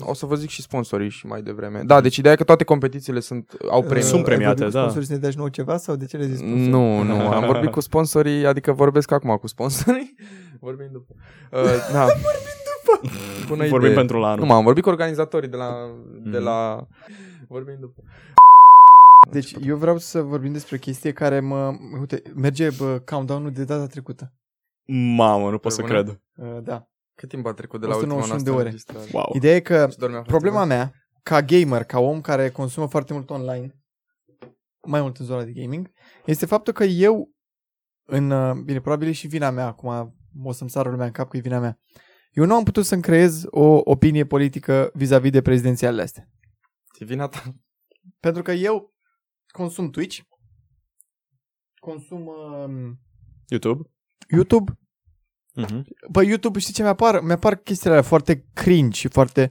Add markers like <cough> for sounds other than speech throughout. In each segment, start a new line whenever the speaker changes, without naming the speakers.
O să vă zic și sponsorii și mai devreme. Da, deci ideea e că toate competițiile sunt, au premii.
Sunt premiate,
Ai vorbit cu
da.
sponsorii să ne dea și nouă ceva sau de ce le zici?
Nu, nu,
<laughs>
<laughs>
am vorbit cu sponsorii, adică vorbesc acum cu sponsorii. Vorbim după. Uh, da. Vorbim după. Bună
Vorbim
idee.
pentru la anul.
Nu, m-am vorbit cu organizatorii de la, de
Mhm.
la... Vorbim după.
Deci eu vreau să vorbim despre o chestie care mă... Uite, merge bă, countdown-ul de data trecută.
Mamă, nu pot
Pe
să
bune?
cred.
Uh, da.
Cât timp a trecut de la
191
ultima noastră
de ore.
înregistrare?
Wow.
Ideea e că
Și dormeam
problema
foarte
mea, ca gamer, ca om care consumă foarte mult online, mai mult în zona de gaming, este faptul că eu, în, uh, bine, probabil e și vina mea, acum o să-mi sară lumea în cap că e vina mea, eu nu am putut să-mi creez o opinie politică vis-a-vis de prezidențialele astea.
mult. E vina ta.
Pentru că eu consum Twitch, consum uh,
YouTube?
YouTube.
Mhm.
Pe YouTube știi ce mi-apar? Mi-apar chestiile alea foarte cringe și foarte...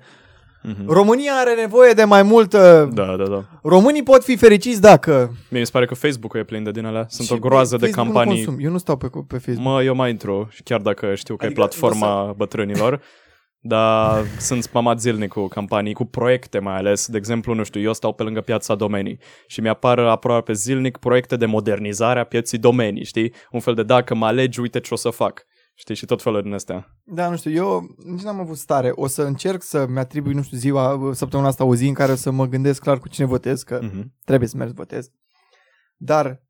Mhm.
România are nevoie de mai multă...
Da, da, da.
Românii pot fi fericiți dacă...
Mie mi se pare că Facebook-ul e plin de din alea. Sunt
Și
o groază de
Facebook nu
campanii.
consum. Eu nu stau pe, pe Facebook.
Mă, eu mai intru, și chiar dacă știu că
Adică,
e platforma bătrânilor, dar sunt spamat zilnic cu campanii, cu proiecte mai ales. De exemplu, nu știu, eu stau pe lângă piața domenii și mi-apar aproape zilnic proiecte de modernizare a pieții domenii, știi? Un fel de dacă mă alegi, uite ce o să fac. Știi, și tot felul din astea.
Da, nu știu, eu nici n-am avut stare. O să încerc să-mi atribui, nu știu, ziua, săptămâna asta o zi în care să mă gândesc clar cu cine votez, că
Mm-hmm.
trebuie să merg să votez. Dar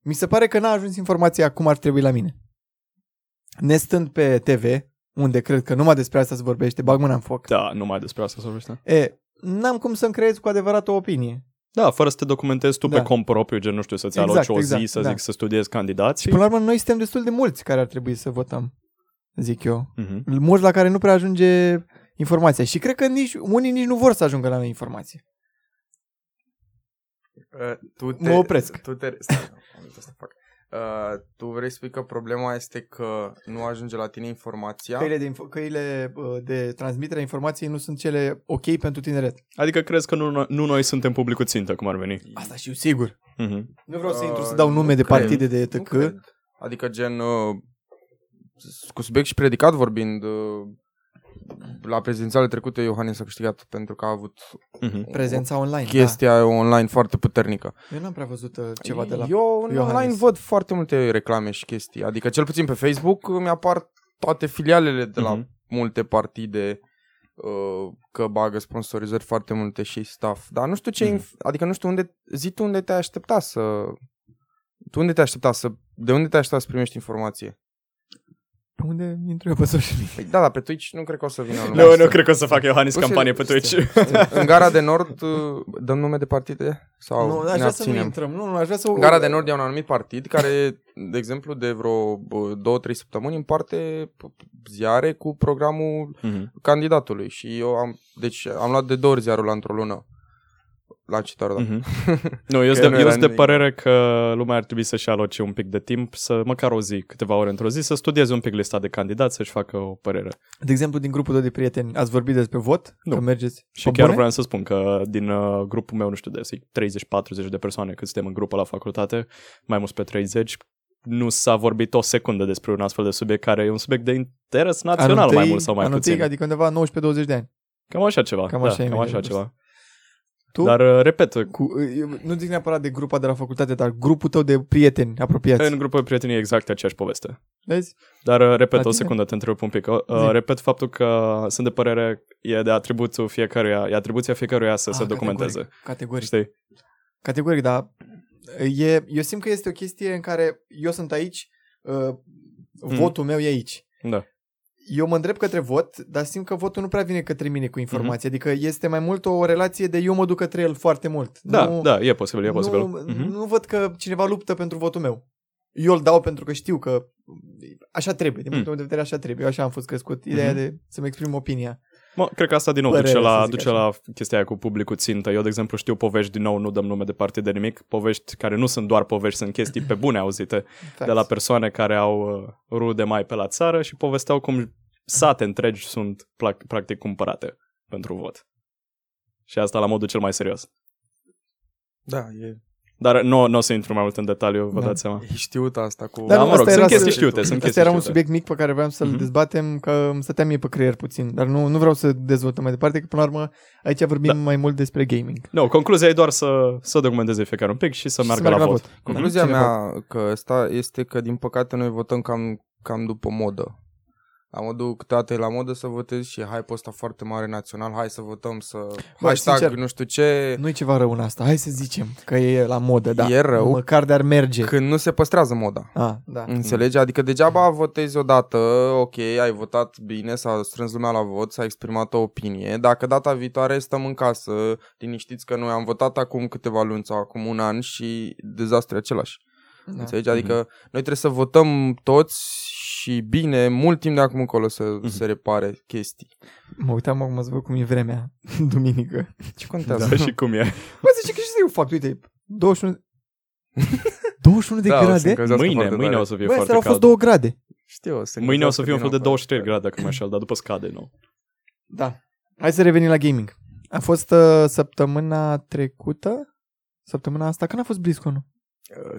mi se pare că n-a ajuns informația cum ar trebui la mine. Nestând pe TV, unde cred că numai despre asta se vorbește, bag mâna în foc.
Da, numai despre asta să vorbește.
E, n-am cum să-mi creez cu adevărat o opinie.
Da, fără să te documentezi tu da.
Da.
pe cont propriu, gen, nu știu, să-ți
Exact,
exact, aloci o
exact,
zi, să
da.
zic, să studiezi candidați.
Până la urmă, noi suntem destul de mulți care ar trebui să votăm, zic eu.
Mm-hmm.
Mulți la care nu prea ajunge informația. Și cred că nici, unii nici nu vor să ajungă la noi informație.
Uh, tu te,
Mă opresc.
Tu te, stai, am uitat să fac. Uh, tu vrei să spui că problema este că nu ajunge la tine informația?
Căile de, info- căile uh, de transmitere a informației nu sunt cele ok pentru tineret.
Adică crezi că nu, nu noi suntem publicul țintă, cum ar veni.
Asta și eu sigur.
Mm-hmm.
Nu vreau să
Uh,
intru să dau
nu
nume de
cred.
partide de
Nu
etc.
cred. Adică gen uh, s- cu subiect și predicat vorbind uh, la prezidențiale trecute Iohannis a câștigat pentru că a avut
Mm-hmm.
Prezența da. online.
chestia online foarte puternică.
Da. Eu n-am prea văzut uh, ceva de la...
Eu în
Iohannis.
online văd foarte multe reclame și chestii. Adică cel puțin pe Facebook îmi apar toate filialele de la
Mhm.
multe partide uh, că bagă sponsorizări foarte multe și stuff. Dar nu știu ce,
Mhm.
inf- adică nu știu unde, zi tu unde te-ai aștepta să, tu unde te-ai aștepta să, de unde te-ai aștepta să primești informație?
Pe unde intru eu pe social media?
Păi da, dar pe Twitch nu cred că o să vină lumea
Nu,
asta.
nu cred că o să fac Iohannis
Pur și-
campanie pe Twitch.
În Gara de Nord uh, dăm nume de partide? Sau
nu,
ne
aș vrea să nu
abținem?
intrăm. Nu, nu, aș vrea să...
Gara de Nord e un anumit partid care, de exemplu, de vreo bă, două, trei săptămâni împarte p- ziare cu programul
Mhm.
candidatului și eu am, deci am luat de două ori ziarul la într-o lună. La citare, da. <laughs>
Mhm. Nu, eu
Că
sunt
nu
de, eu
era
sunt de
nimic.
părere că lumea ar trebui să-și aloce un pic de timp, să măcar o zi, câteva ore într-o zi, să studieze un pic lista de candidați, să-și facă o părere.
De exemplu, din grupul tău de prieteni, ați vorbit despre vot?
Nu.
Că mergeți
Și
pe
chiar
bune?
vreau să spun că din uh, grupul meu, nu știu, de zic, 30-40 de persoane cât suntem în grupă la facultate, mai mult pe 30, nu s-a vorbit o secundă despre un astfel de subiect care e un subiect de interes național
Anul
mai
tăi-
mult sau mai
anul
puțin.
tăi, adică undeva 19-20 de ani.
Cam așa ceva.
Cam
da,
așa e
cam
mai
așa
de vârstă.
ceva.
Tu?
Dar, uh, repet,
Cu, eu nu zic neapărat de grupa de la facultate, dar grupul tău de prieteni apropiați.
în grupul prietenii e exact aceeași poveste.
Vezi?
Dar uh,
La
repet, o
tine?
secundă, te întrerup un pic. Uh,
Adică? Zi.
Repet faptul că sunt de părere, e de atributul fiecăruia, e atribuția fiecăruia să
Ah,
se documenteze.
Categoric, categoric.
Știi?
Categoric, da. E, eu simt că este o chestie în care eu sunt aici, uh, votul meu e aici.
Da.
Eu mă îndrept către vot, dar simt că votul nu prea vine către mine cu informații.
Mhm.
Adică este mai mult o relație de eu mă duc către el foarte mult.
Da,
nu,
da, e posibil, e posibil.
Nu,
Mhm.
nu văd că cineva luptă pentru votul meu. Eu îl dau pentru că știu că așa trebuie, din
Mm.
punctul meu de vedere așa trebuie. Eu așa am fost crescut, ideea
Mhm.
de să-mi exprim opinia.
Mă, cred că asta din nou
Părere,
duce,
să
la,
zic
duce
așa.
la chestia aia cu publicul țintă. Eu, de exemplu, știu povești din nou, nu dăm nume de parte de nimic, povești care nu sunt doar povești, sunt chestii pe bune <laughs> auzite de la persoane care au uh, rude mai pe la țară și povesteau cum sate întregi sunt plac- practic cumpărate pentru vot. Și asta la modul cel mai serios.
Da, e
Dar nu, nu o să intru mai mult în detaliu, vă
Da.
dați seama.
E știut asta cu...
Da,
nu,
mă rog,
asta
sunt
era să-
chestii știute,
Da.
sunt
Asta
chestii
era un
știute.
subiect mic pe care vreau să-l
Mhm.
dezbatem, că îmi stătea mie pe creier puțin, dar nu, nu vreau să dezvoltăm mai departe, că până la urmă aici vorbim
Da.
mai mult despre gaming.
Nu, concluzia e doar să, să documenteze fiecare un pic și să
Și
meargă la, la <laughs> vot.
Concluzia
Cine
mea că asta este că, din păcate, noi votăm cam, cam după modă. La modul câteodată e la modă să votezi și hype-ul ăsta foarte mare național, hai să votăm, să... Bă, hashtag
sincer,
sincer, nu știu ce...
Nu e ceva rău în asta, hai să zicem că e la modă, da.
E rău.
Măcar de-ar merge.
Când nu se păstrează moda.
Ah, da.
Înțelegi? Adică degeaba votezi odată, ok, ai votat bine, s-a strâns lumea la vot, s-a exprimat o opinie. Dacă data viitoare stăm în casă, liniștiți că noi am votat acum câteva luni sau acum un an și dezastre același. Da.
da.
Înțelegi? Adică noi trebuie să votăm toți și bine, mult timp de acum încolo să mm-hmm. se repare chestii.
Mă uitam acum să văd cum e vremea <laughs> duminică.
Ce
Da.
contează?
da, și cum e.
Bă, zice că și să eu fac, uite, 21... 21 de
Da, o să
grade?
încălzească
Mâine,
foarte
mâine
tare.
o să fie
Bă,
foarte
astea au
cald.
fost 2 grade.
Știu, o să
Mâine o să fie un fel de
încălzească
23 grade, dacă mă înșel, dar după scade, nu?
Da. Hai să revenim la gaming. A fost uh, săptămâna trecută? Săptămâna asta? Când a fost BlizzCon?
tare.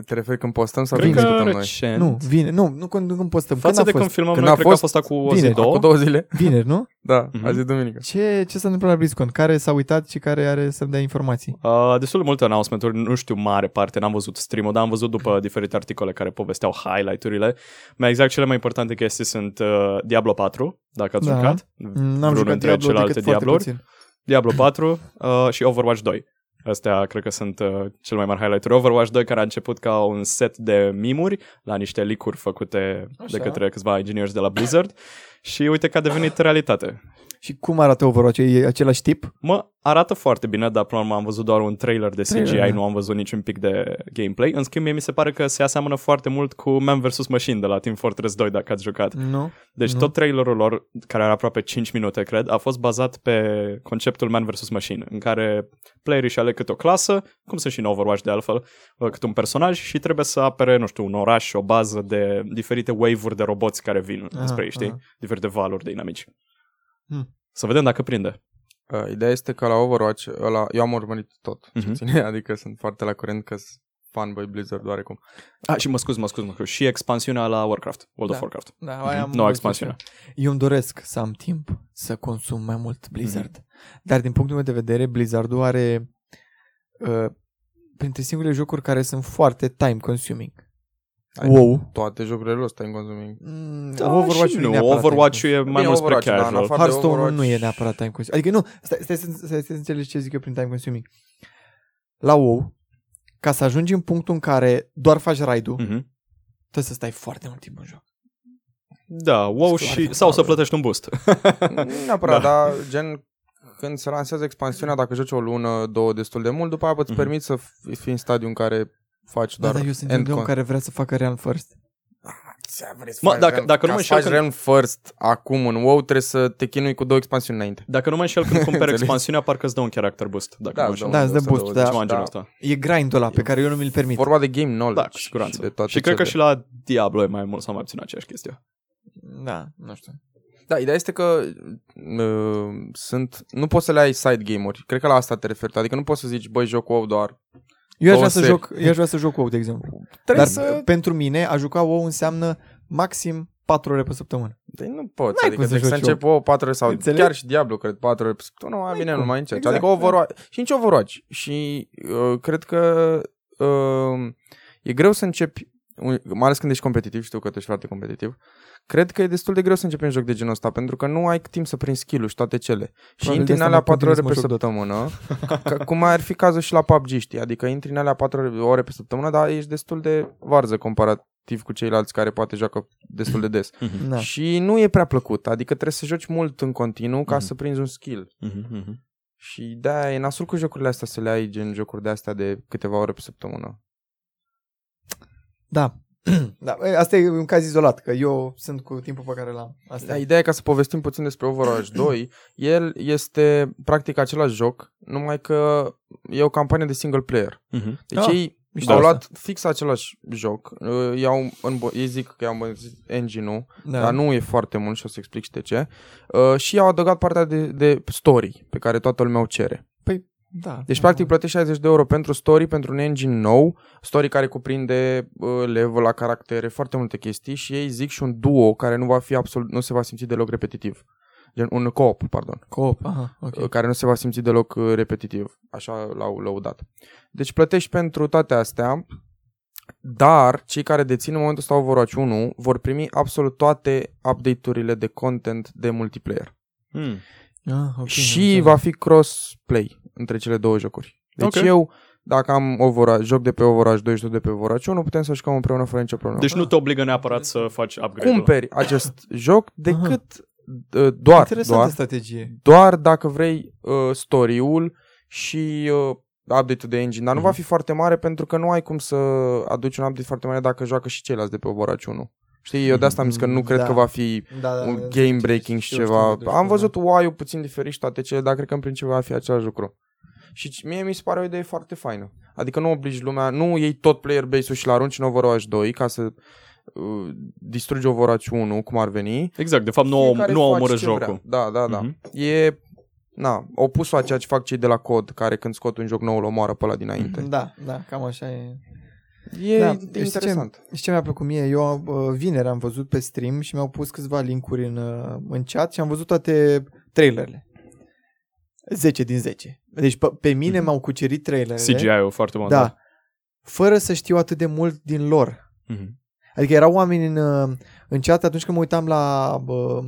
Te referi când postăm
Păi
sau
Cred
când
că
discutăm noi?
recent.
Nu, vine, nu, nu când, nu când postăm. când
Față de
a fost?
când filmăm
Când
noi,
a
cred că a
fost?
fost acum o zi,
Vineri,
Cu
două.
două zile?
Vineri, nu?
Da,
Mhm.
mm-hmm. azi e duminică.
Ce, ce s-a întâmplat la BlizzCon? Care s-a uitat și care are să-mi dea informații?
Uh, destul de multe announcement-uri, nu știu mare parte, n-am văzut stream-ul, dar am văzut după
Mm.
diferite articole care povesteau highlight-urile. Mai exact, cele mai importante chestii sunt uh, Diablo 4, dacă ați
Da.
jucat.
N-am jucat
dintre
Diablo
celelalte
decât foarte
Diablouri.
puțin.
Diablo 4 uh, și Overwatch 2. Astea cred că sunt uh, cel mai mari highlight-uri. Overwatch 2 care a început ca un set de mimuri la niște licuri făcute
Așa.
Așa. de către câțiva engineers de la Blizzard și uite că a devenit realitate.
Și cum arată Overwatch? E același tip?
Mă arată foarte bine, dar până la urmă am văzut doar un trailer de CGI,
Trailer, da.
nu am văzut niciun pic de gameplay. În schimb, mie mi se pare că se aseamănă foarte mult cu Man vs. Machine de la Team Fortress 2, dacă ați jucat.
Nu.
Deci
Nu.
tot trailerul lor, care are aproape 5 minute, cred, a fost bazat pe conceptul Man vs. Machine, în care playerii își aleg câte o clasă, cum sunt și în Overwatch de altfel, uh, cât un personaj și trebuie să apere, nu știu, un oraș, o bază de diferite wave-uri de roboți care vin
Aha,
aha, spre ei, știi?
aha.
Diferite valuri de inamici.
Hmm.
Să vedem dacă prinde.
Uh, ideea este că la Overwatch, ăla, eu am urmărit tot ce
Mhm.
ține, <laughs> adică sunt foarte la curent că sunt fanboy Blizzard oarecum.
Ah, și mă scuz, mă scuz, mă scuz. Și expansiunea la Warcraft, World
Da.
da. of Warcraft.
Da,
aia am Noua văzut expansiune.
Eu îmi doresc să am timp să consum mai mult Blizzard. Dar din punctul meu de vedere, Blizzard-ul are uh, printre singurele jocuri care sunt foarte time consuming.
Ai
WoW.
Toate jocurile lor time
<laughs>
consuming.
Mm,
Da, Overwatch nu,
neapărat
Overwatch
time consuming.
e mai
Bine,
mult spre
Overwatch, da, în
casual.
afară- de
Hearthstone
Overwatch.
nu e neapărat time consuming. Adică nu, stai, stai, stai, stai, stai să înțelegi ce zic eu prin time consuming. La WoW, ca să ajungi în punctul în care doar faci raid-ul,
Mhm.
trebuie să stai foarte mult timp în joc.
Da, wow
Foarte
și... Sau să
probabil.
plătești un boost.
Nu Neapărat, da. dar gen când se lansează expansiunea, dacă joci o lună, două destul de mult, după aia îți
Mhm.
permiți să f- fii în stadiu în care faci
Da,
doar
dar eu sunt
end
un om
con-
care vrea să facă run first.
Ți-a vrei să
Mă,
faci
dacă-
run-
dacă nu
ca
mă
să faci
înșel
run first acum în WoW, trebuie să te chinui cu două expansiuni înainte.
Dacă nu mă înșel,
<laughs>
când cumperi
Înțeles.
expansiunea, parcă îți dă un character boost. Dacă
Da,
nu mă înșel.
îți dă
Da, îți dă boost, da.
Ceva în genul
da.
ăsta.
E grindul ăla pe care eu nu mi-l permit.
Vorba de game knowledge
Da, cu siguranță.
și de toate
și cred că
cele.
și la Diablo e mai mult sau mai puțin aceeași chestie.
Da, nu știu.
Da, ideea este că uh, sunt, nu poți să le ai side game-uri. Cred că la asta te referi. tu. Adică nu poți să zici, băi, joc WoW doar.
Eu
Două
aș, vrea să
seri.
joc, eu aș vrea să joc WoW, de exemplu.
Trebuie
Dar
Dar, să...
pentru mine, a juca WoW înseamnă maxim 4 ore pe săptămână.
Păi nu poți.
N-ai
adică
cum să
trebuie să
joci
încep WoW 4 ore sau
Înțeleg?
chiar și Diablo, cred, 4 ore. pe săptămână. Nu, mai
N-ai
bine,
cum.
nu mai încerci.
Exact,
adică Overwatch. Și nici Overwatch. Și uh, cred că uh, e greu să începi un- mai ales când ești competitiv, știu că tu ești foarte competitiv, cred că e destul de greu să începi un joc de genul ăsta, pentru că nu ai timp să prinzi skill-ul și toate cele. și
Probabil
intri în
de asta
alea
mă
4 ore pe
convins să mă joc Dota. <laughs>
săptămână, Ca, cum ar fi cazul și la PUBG, știi? Adică intri în alea 4 ore- ore pe săptămână, dar ești destul de varză comparativ cu ceilalți care poate joacă destul de des.
Da.
Și nu e prea plăcut, adică trebuie să joci mult în continuu ca
Mhm.
să prinzi un skill.
Mm-hmm.
Și de-aia e nasul cu jocurile astea să le ai gen jocuri de astea de câteva ore pe săptămână.
Da. <clears throat> da. e, Asta e un caz izolat, că eu sunt cu timpul pe care l-am. Asta
Da,
e.
ideea e ca să povestim puțin despre Overwatch
<clears throat>
2, el este practic același joc, numai că e o campanie de single player.
Mm-hmm.
Deci
Ah,
ah, ei
mișto
au
asta.
luat fix același joc, uh, i-au îmbo- ei zic că i-au îmbunătățit engine-ul,
Da.
da. dar nu e foarte mult și o să explic și de ce, uh, și i-au adăugat partea de, de story pe care toată lumea o cere.
Păi,
Da.
Deci, practic, plătești 60 de euro pentru story, pentru un engine nou, story care cuprinde uh, level la caractere, foarte multe chestii și ei zic și un duo care nu va fi absolut, nu se va simți deloc repetitiv. Gen un co-op, pardon,
Coop, aha, ok.
okay. care nu se va simți deloc uh, repetitiv. Așa l-au lăudat. Deci plătești pentru toate astea, dar cei care dețin în momentul ăsta Overwatch 1 vor primi absolut toate update-urile de content de multiplayer.
Hmm.
Ah, ok,
și
înțeleg.
va fi cross-play între cele două jocuri. Deci
Ok.
okay. eu, dacă am Overwatch, joc de pe Overwatch 2 și joc de pe Overwatch 1, putem să jucăm împreună fără nicio problemă.
Deci nu te obligă neapărat să faci upgrade-ul.
Cumperi acest joc decât uh, doar,
Interesantă
doar,
strategie.
doar dacă vrei uh, story-ul și uh, update-ul de engine, dar nu
Mhm.
va fi foarte mare pentru că nu ai cum să aduci un update foarte mare dacă joacă și ceilalți de pe Overwatch 1. Știi, eu de asta am zis că nu
Mhm,
cred
da.
că va fi
Da, da,
un
da,
game
știu,
breaking și
știu,
ceva.
știu, știu,
Am
știu,
văzut
da.
UI-ul puțin diferit și toate cele, dar cred că în principiu va fi același lucru. Și ci- mie mi se pare o idee foarte faină. Adică nu obligi lumea, nu iei tot player base-ul și-l arunci în Overwatch 2 ca să uh, distrugi Overwatch 1, cum ar veni.
Exact, de fapt nu,
Fiecare
nu
face
omoră
ce
jocul.
Vrea. Da, da, da.
Mhm.
E na, opusul a ceea ce fac cei de la COD, care când scot un joc nou îl omoară pe ăla dinainte.
Da, da, cam așa e.
E
Da,
da,
știi ce-
interesant.
Și ce mi-a plăcut mie, eu uh, vineri am văzut pe stream și mi-au pus câțiva linkuri în, uh, în chat și am văzut toate trailerele. 10 din 10. Deci pe, pe mine
Mhm.
m-au cucerit trailerele.
CGI-ul foarte bun.
Da. Fără să știu atât de mult din lor.
Mhm.
Adică erau oameni în, uh, în chat atunci când mă uitam la, bă,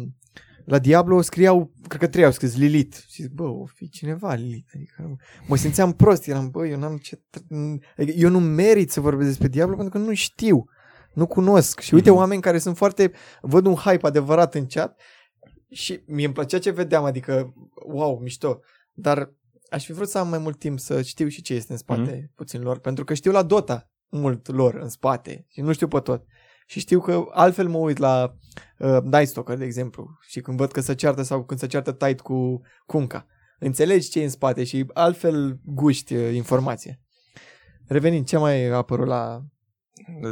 la Diablo, scriau, cred că trei au scris Lilith. Și zic, bă, o fi cineva Lilith. Adică, mă simțeam prost, eram, bă, eu n-am ce... tr- Adică, eu nu merit să vorbesc despre Diablo pentru că nu știu, nu cunosc. Și uite
Mhm.
oameni care sunt foarte, văd un hype adevărat în chat și mie îmi plăcea ce vedeam, adică, wow, mișto. Dar aș fi vrut să am mai mult timp să știu și ce este în spate
Mhm.
puțin lor, pentru că știu la Dota mult lor în spate și nu știu pe tot. Și știu că altfel mă uit la uh, Night Stalker, de exemplu, și când văd că se ceartă sau când se ceartă tight cu Cunca. Înțelegi ce e în spate și altfel guști uh, informație. Revenind, ce mai a apărut la...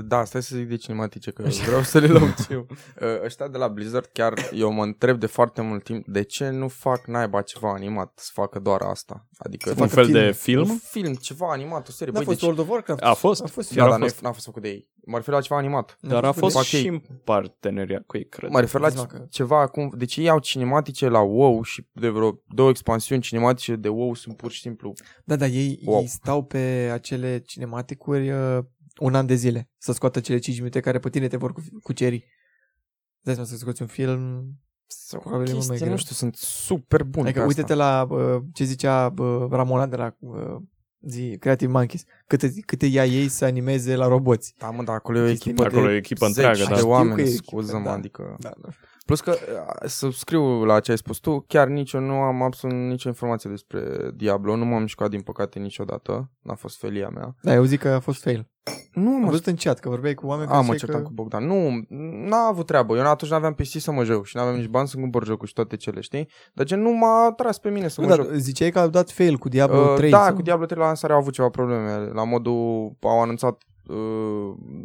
Da, stai să zic de cinematice, că vreau să le
<laughs>
luăm eu. Ă, Ăștia de la Blizzard, chiar eu mă întreb de foarte mult timp, de ce nu fac naiba ceva animat să facă doar asta? Adică
Să
Un
facă
fel
film.
de
un
film?
film, ceva animat, o serie.
N-a
Băi,
fost
deci...
World of Warcraft?
Păi A fost.
A fost.
Da,
Chiar a
dar nu e-
fost.
n-a fost făcut de ei. Mă refer la ceva animat.
Dar a fost
Fac
și
ei.
în parteneria cu ei, cred.
Mă refer la
Zici-mă că-
ceva acum, deci ei au cinematice la WoW și de vreo două expansiuni cinematice de WoW sunt pur și simplu.
Da, da, ei, wow.
Wow.
ei stau pe acele cinematicuri uh, un an de zile să scoată cele 5 minute care pe tine te vor cu, cu ceri. Dai seama să scoți un film...
Sau
Probabil e mult
chestii,
mai greu.
nu știu, sunt super bun.
Adică uite-te la uh, ce zicea uh, Ramona de la uh, zi, Creative Monkeys. Câte, câte ia ei să animeze la roboți.
Da, mă, dar acolo e o
Chestii
echipă
Acolo
de
e echipă
zeci
întreagă,
de
da.
Știu că e
oameni,
echipă,
scuză-mă,
da.
adică...
Da, da.
Plus că, a, subscriu la ce ai spus tu, chiar nici eu nu am absolut nicio informație despre Diablo, nu m-am mișcat din păcate niciodată, n-a fost felia mea.
da, eu zic că a fost fail.
Nu
Am
mă
văzut în chat că vorbeai cu oameni
am mă
ziceai
certam că... cu Bogdan. Nu, n-a avut treabă. Eu atunci n-aveam PC să mă joc și n-aveam nici bani să cumpăr jocul și toate cele, știi? Dar gen nu m-a atras pe mine să
Nu,
mă joc.
dar ziceai că au dat fail cu Diablo
Da, Uh,
3.
da,
sau-
cu Diablo 3 la lansare au avut ceva probleme. La modul au anunțat uh,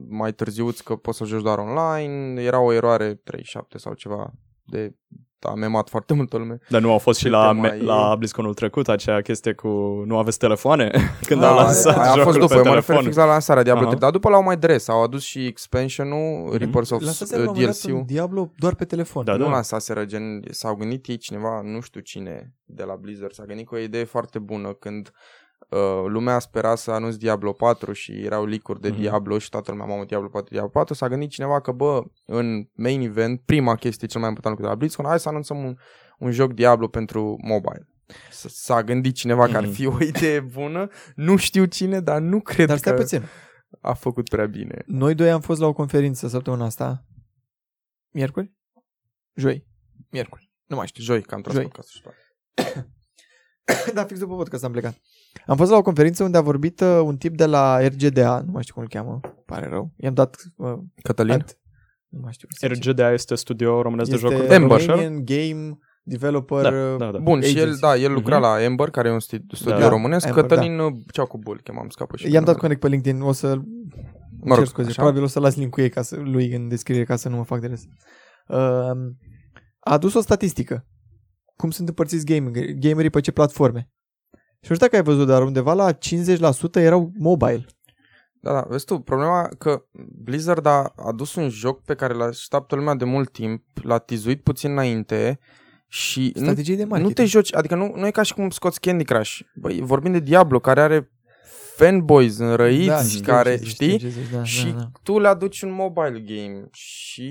mai târziu că poți să joci doar online, era o eroare 37 sau ceva de a memat foarte multă lume.
Dar nu au fost și
Uite,
la,
mai-
me- la BlizzConul trecut acea chestie cu nu aveți telefoane <laughs> când
Da,
au
aia-
lansat
aia Ah, a
jocul
fost după,
pe
eu mă refer
telefon.
fix la lansarea Diablo
Aha.
3, dar după l-au mai dres, au adus și expansion-ul, Reapers of
Lansaseră la
uh,
un moment dat un
DLC-ul.
Diablo doar pe telefon.
Da,
Nu lansaseră, gen, s-au gândit ei cineva, nu știu cine, de la Blizzard, s-a gândit cu o idee foarte bună când uh, lumea spera să anunț Diablo 4 și erau licuri de
Mhm.
Diablo și toată lumea, mamă, Diablo 4, Diablo 4, s-a gândit cineva că, bă, în main event, prima chestie cel mai important lucru de la BlizzCon, hai să anunțăm un, un joc Diablo pentru mobile. S- S-a gândit cineva că ar
Mhm.
fi o idee bună, nu știu cine, dar nu cred
Dar stai
că
puțin.
a făcut prea bine.
Noi doi am fost la o conferință săptămâna asta. Miercuri? <laughs> Joi. Miercuri. Nu mai știu.
Joi, că am tras
Joi.
podcastul. și toate.
da, fix după podcast am plecat. Am fost la o conferință unde a vorbit uh, un tip de la RGDA, nu mai știu cum îl cheamă, pare rău. I-am dat... Uh,
Cătălin?
ad- nu mai știu. sincer.
RGDA este studio românesc de jocuri.
este
Ember.
Romanian Game Developer...
Da,
uh,
da, da.
Bun, și el,
Agency.
da, el lucra
Mhm.
la Ember, care e un sti- studio
Da.
românesc.
Amber,
Cătălin da. Ceacubull, chemam, scapă și
I-am dat
numele.
connect pe LinkedIn, o să mă
rog,
rog, scuze,
așa.
probabil o să las link cu ei ca să, lui în descriere ca să nu mă fac de râs. Uh, a adus o statistică. Cum sunt împărțiți gaming, gamerii pe ce platforme. Și nu știu dacă ai văzut, dar undeva la 50% erau mobile.
Da, da, vezi tu, problema că Blizzard a adus un joc pe care l-a așteaptă lumea de mult timp, l-a tizuit puțin înainte și nu,
Strategii de
nu
marketing.
te joci, adică nu, nu e ca și cum scoți Candy Crush. Băi, vorbim de Diablo, care are fanboys înrăiți,
Da,
da,
știu
care,
ce zici,
știi?
știu ce zici, da,
și
da, da.
tu le aduci un mobile game și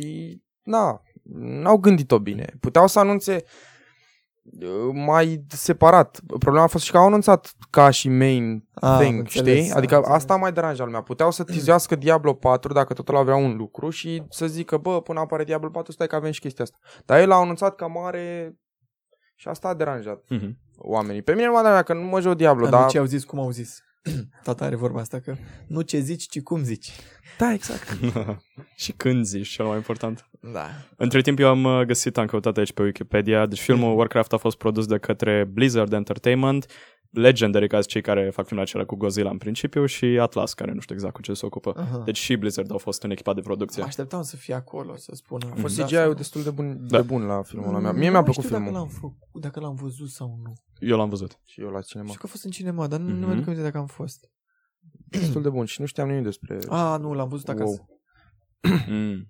na, n-au gândit-o bine. Puteau să anunțe uh, mai separat. Problema a fost și că au anunțat ca și main
Ah,
ah, thing,
înțeles,
știi?
am
Adică
înțeles.
asta mai deranja lumea. Puteau să tizuiască Diablo 4 dacă totul avea un lucru și să zică, bă, până apare Diablo 4, stai că avem și chestia asta. Dar el l-a anunțat ca mare și asta a deranjat
Mm-hmm.
oamenii. Pe mine nu mă deranjează că nu mă joc Diablo,
Dar
dar...
nu ce au zis, cum au zis. <clears throat> Tata are vorba asta că nu ce zici, ci cum zici.
Da, exact.
și când zici, cel mai important.
Da.
Între timp eu am uh, găsit, am căutat aici pe Wikipedia, deci filmul Warcraft a fost produs de către Blizzard Entertainment, Legendary, ca cei care fac filmul acela cu Godzilla în principiu, și Atlas, care nu știu exact cu ce se ocupă.
Ah, da.
Aha.
Deci și Blizzard au fost în echipa de producție.
Mă așteptam să fie acolo, să spună.
A fost CGI-ul destul de bun,
Da.
de bun la filmul ăla. meu. Mie mi-a plăcut
filmul.
filmul.
Mm, Dacă l-am, făcut, dacă l-am văzut sau nu.
Eu l-am văzut.
Și eu la cinema.
Știu că a fost în cinema, dar nu,
Mhm.
nu mi-aduc aminte dacă am fost.
Destul de bun și nu știam nimic despre...
A, nu, l-am văzut acasă.
Wow.
Mm.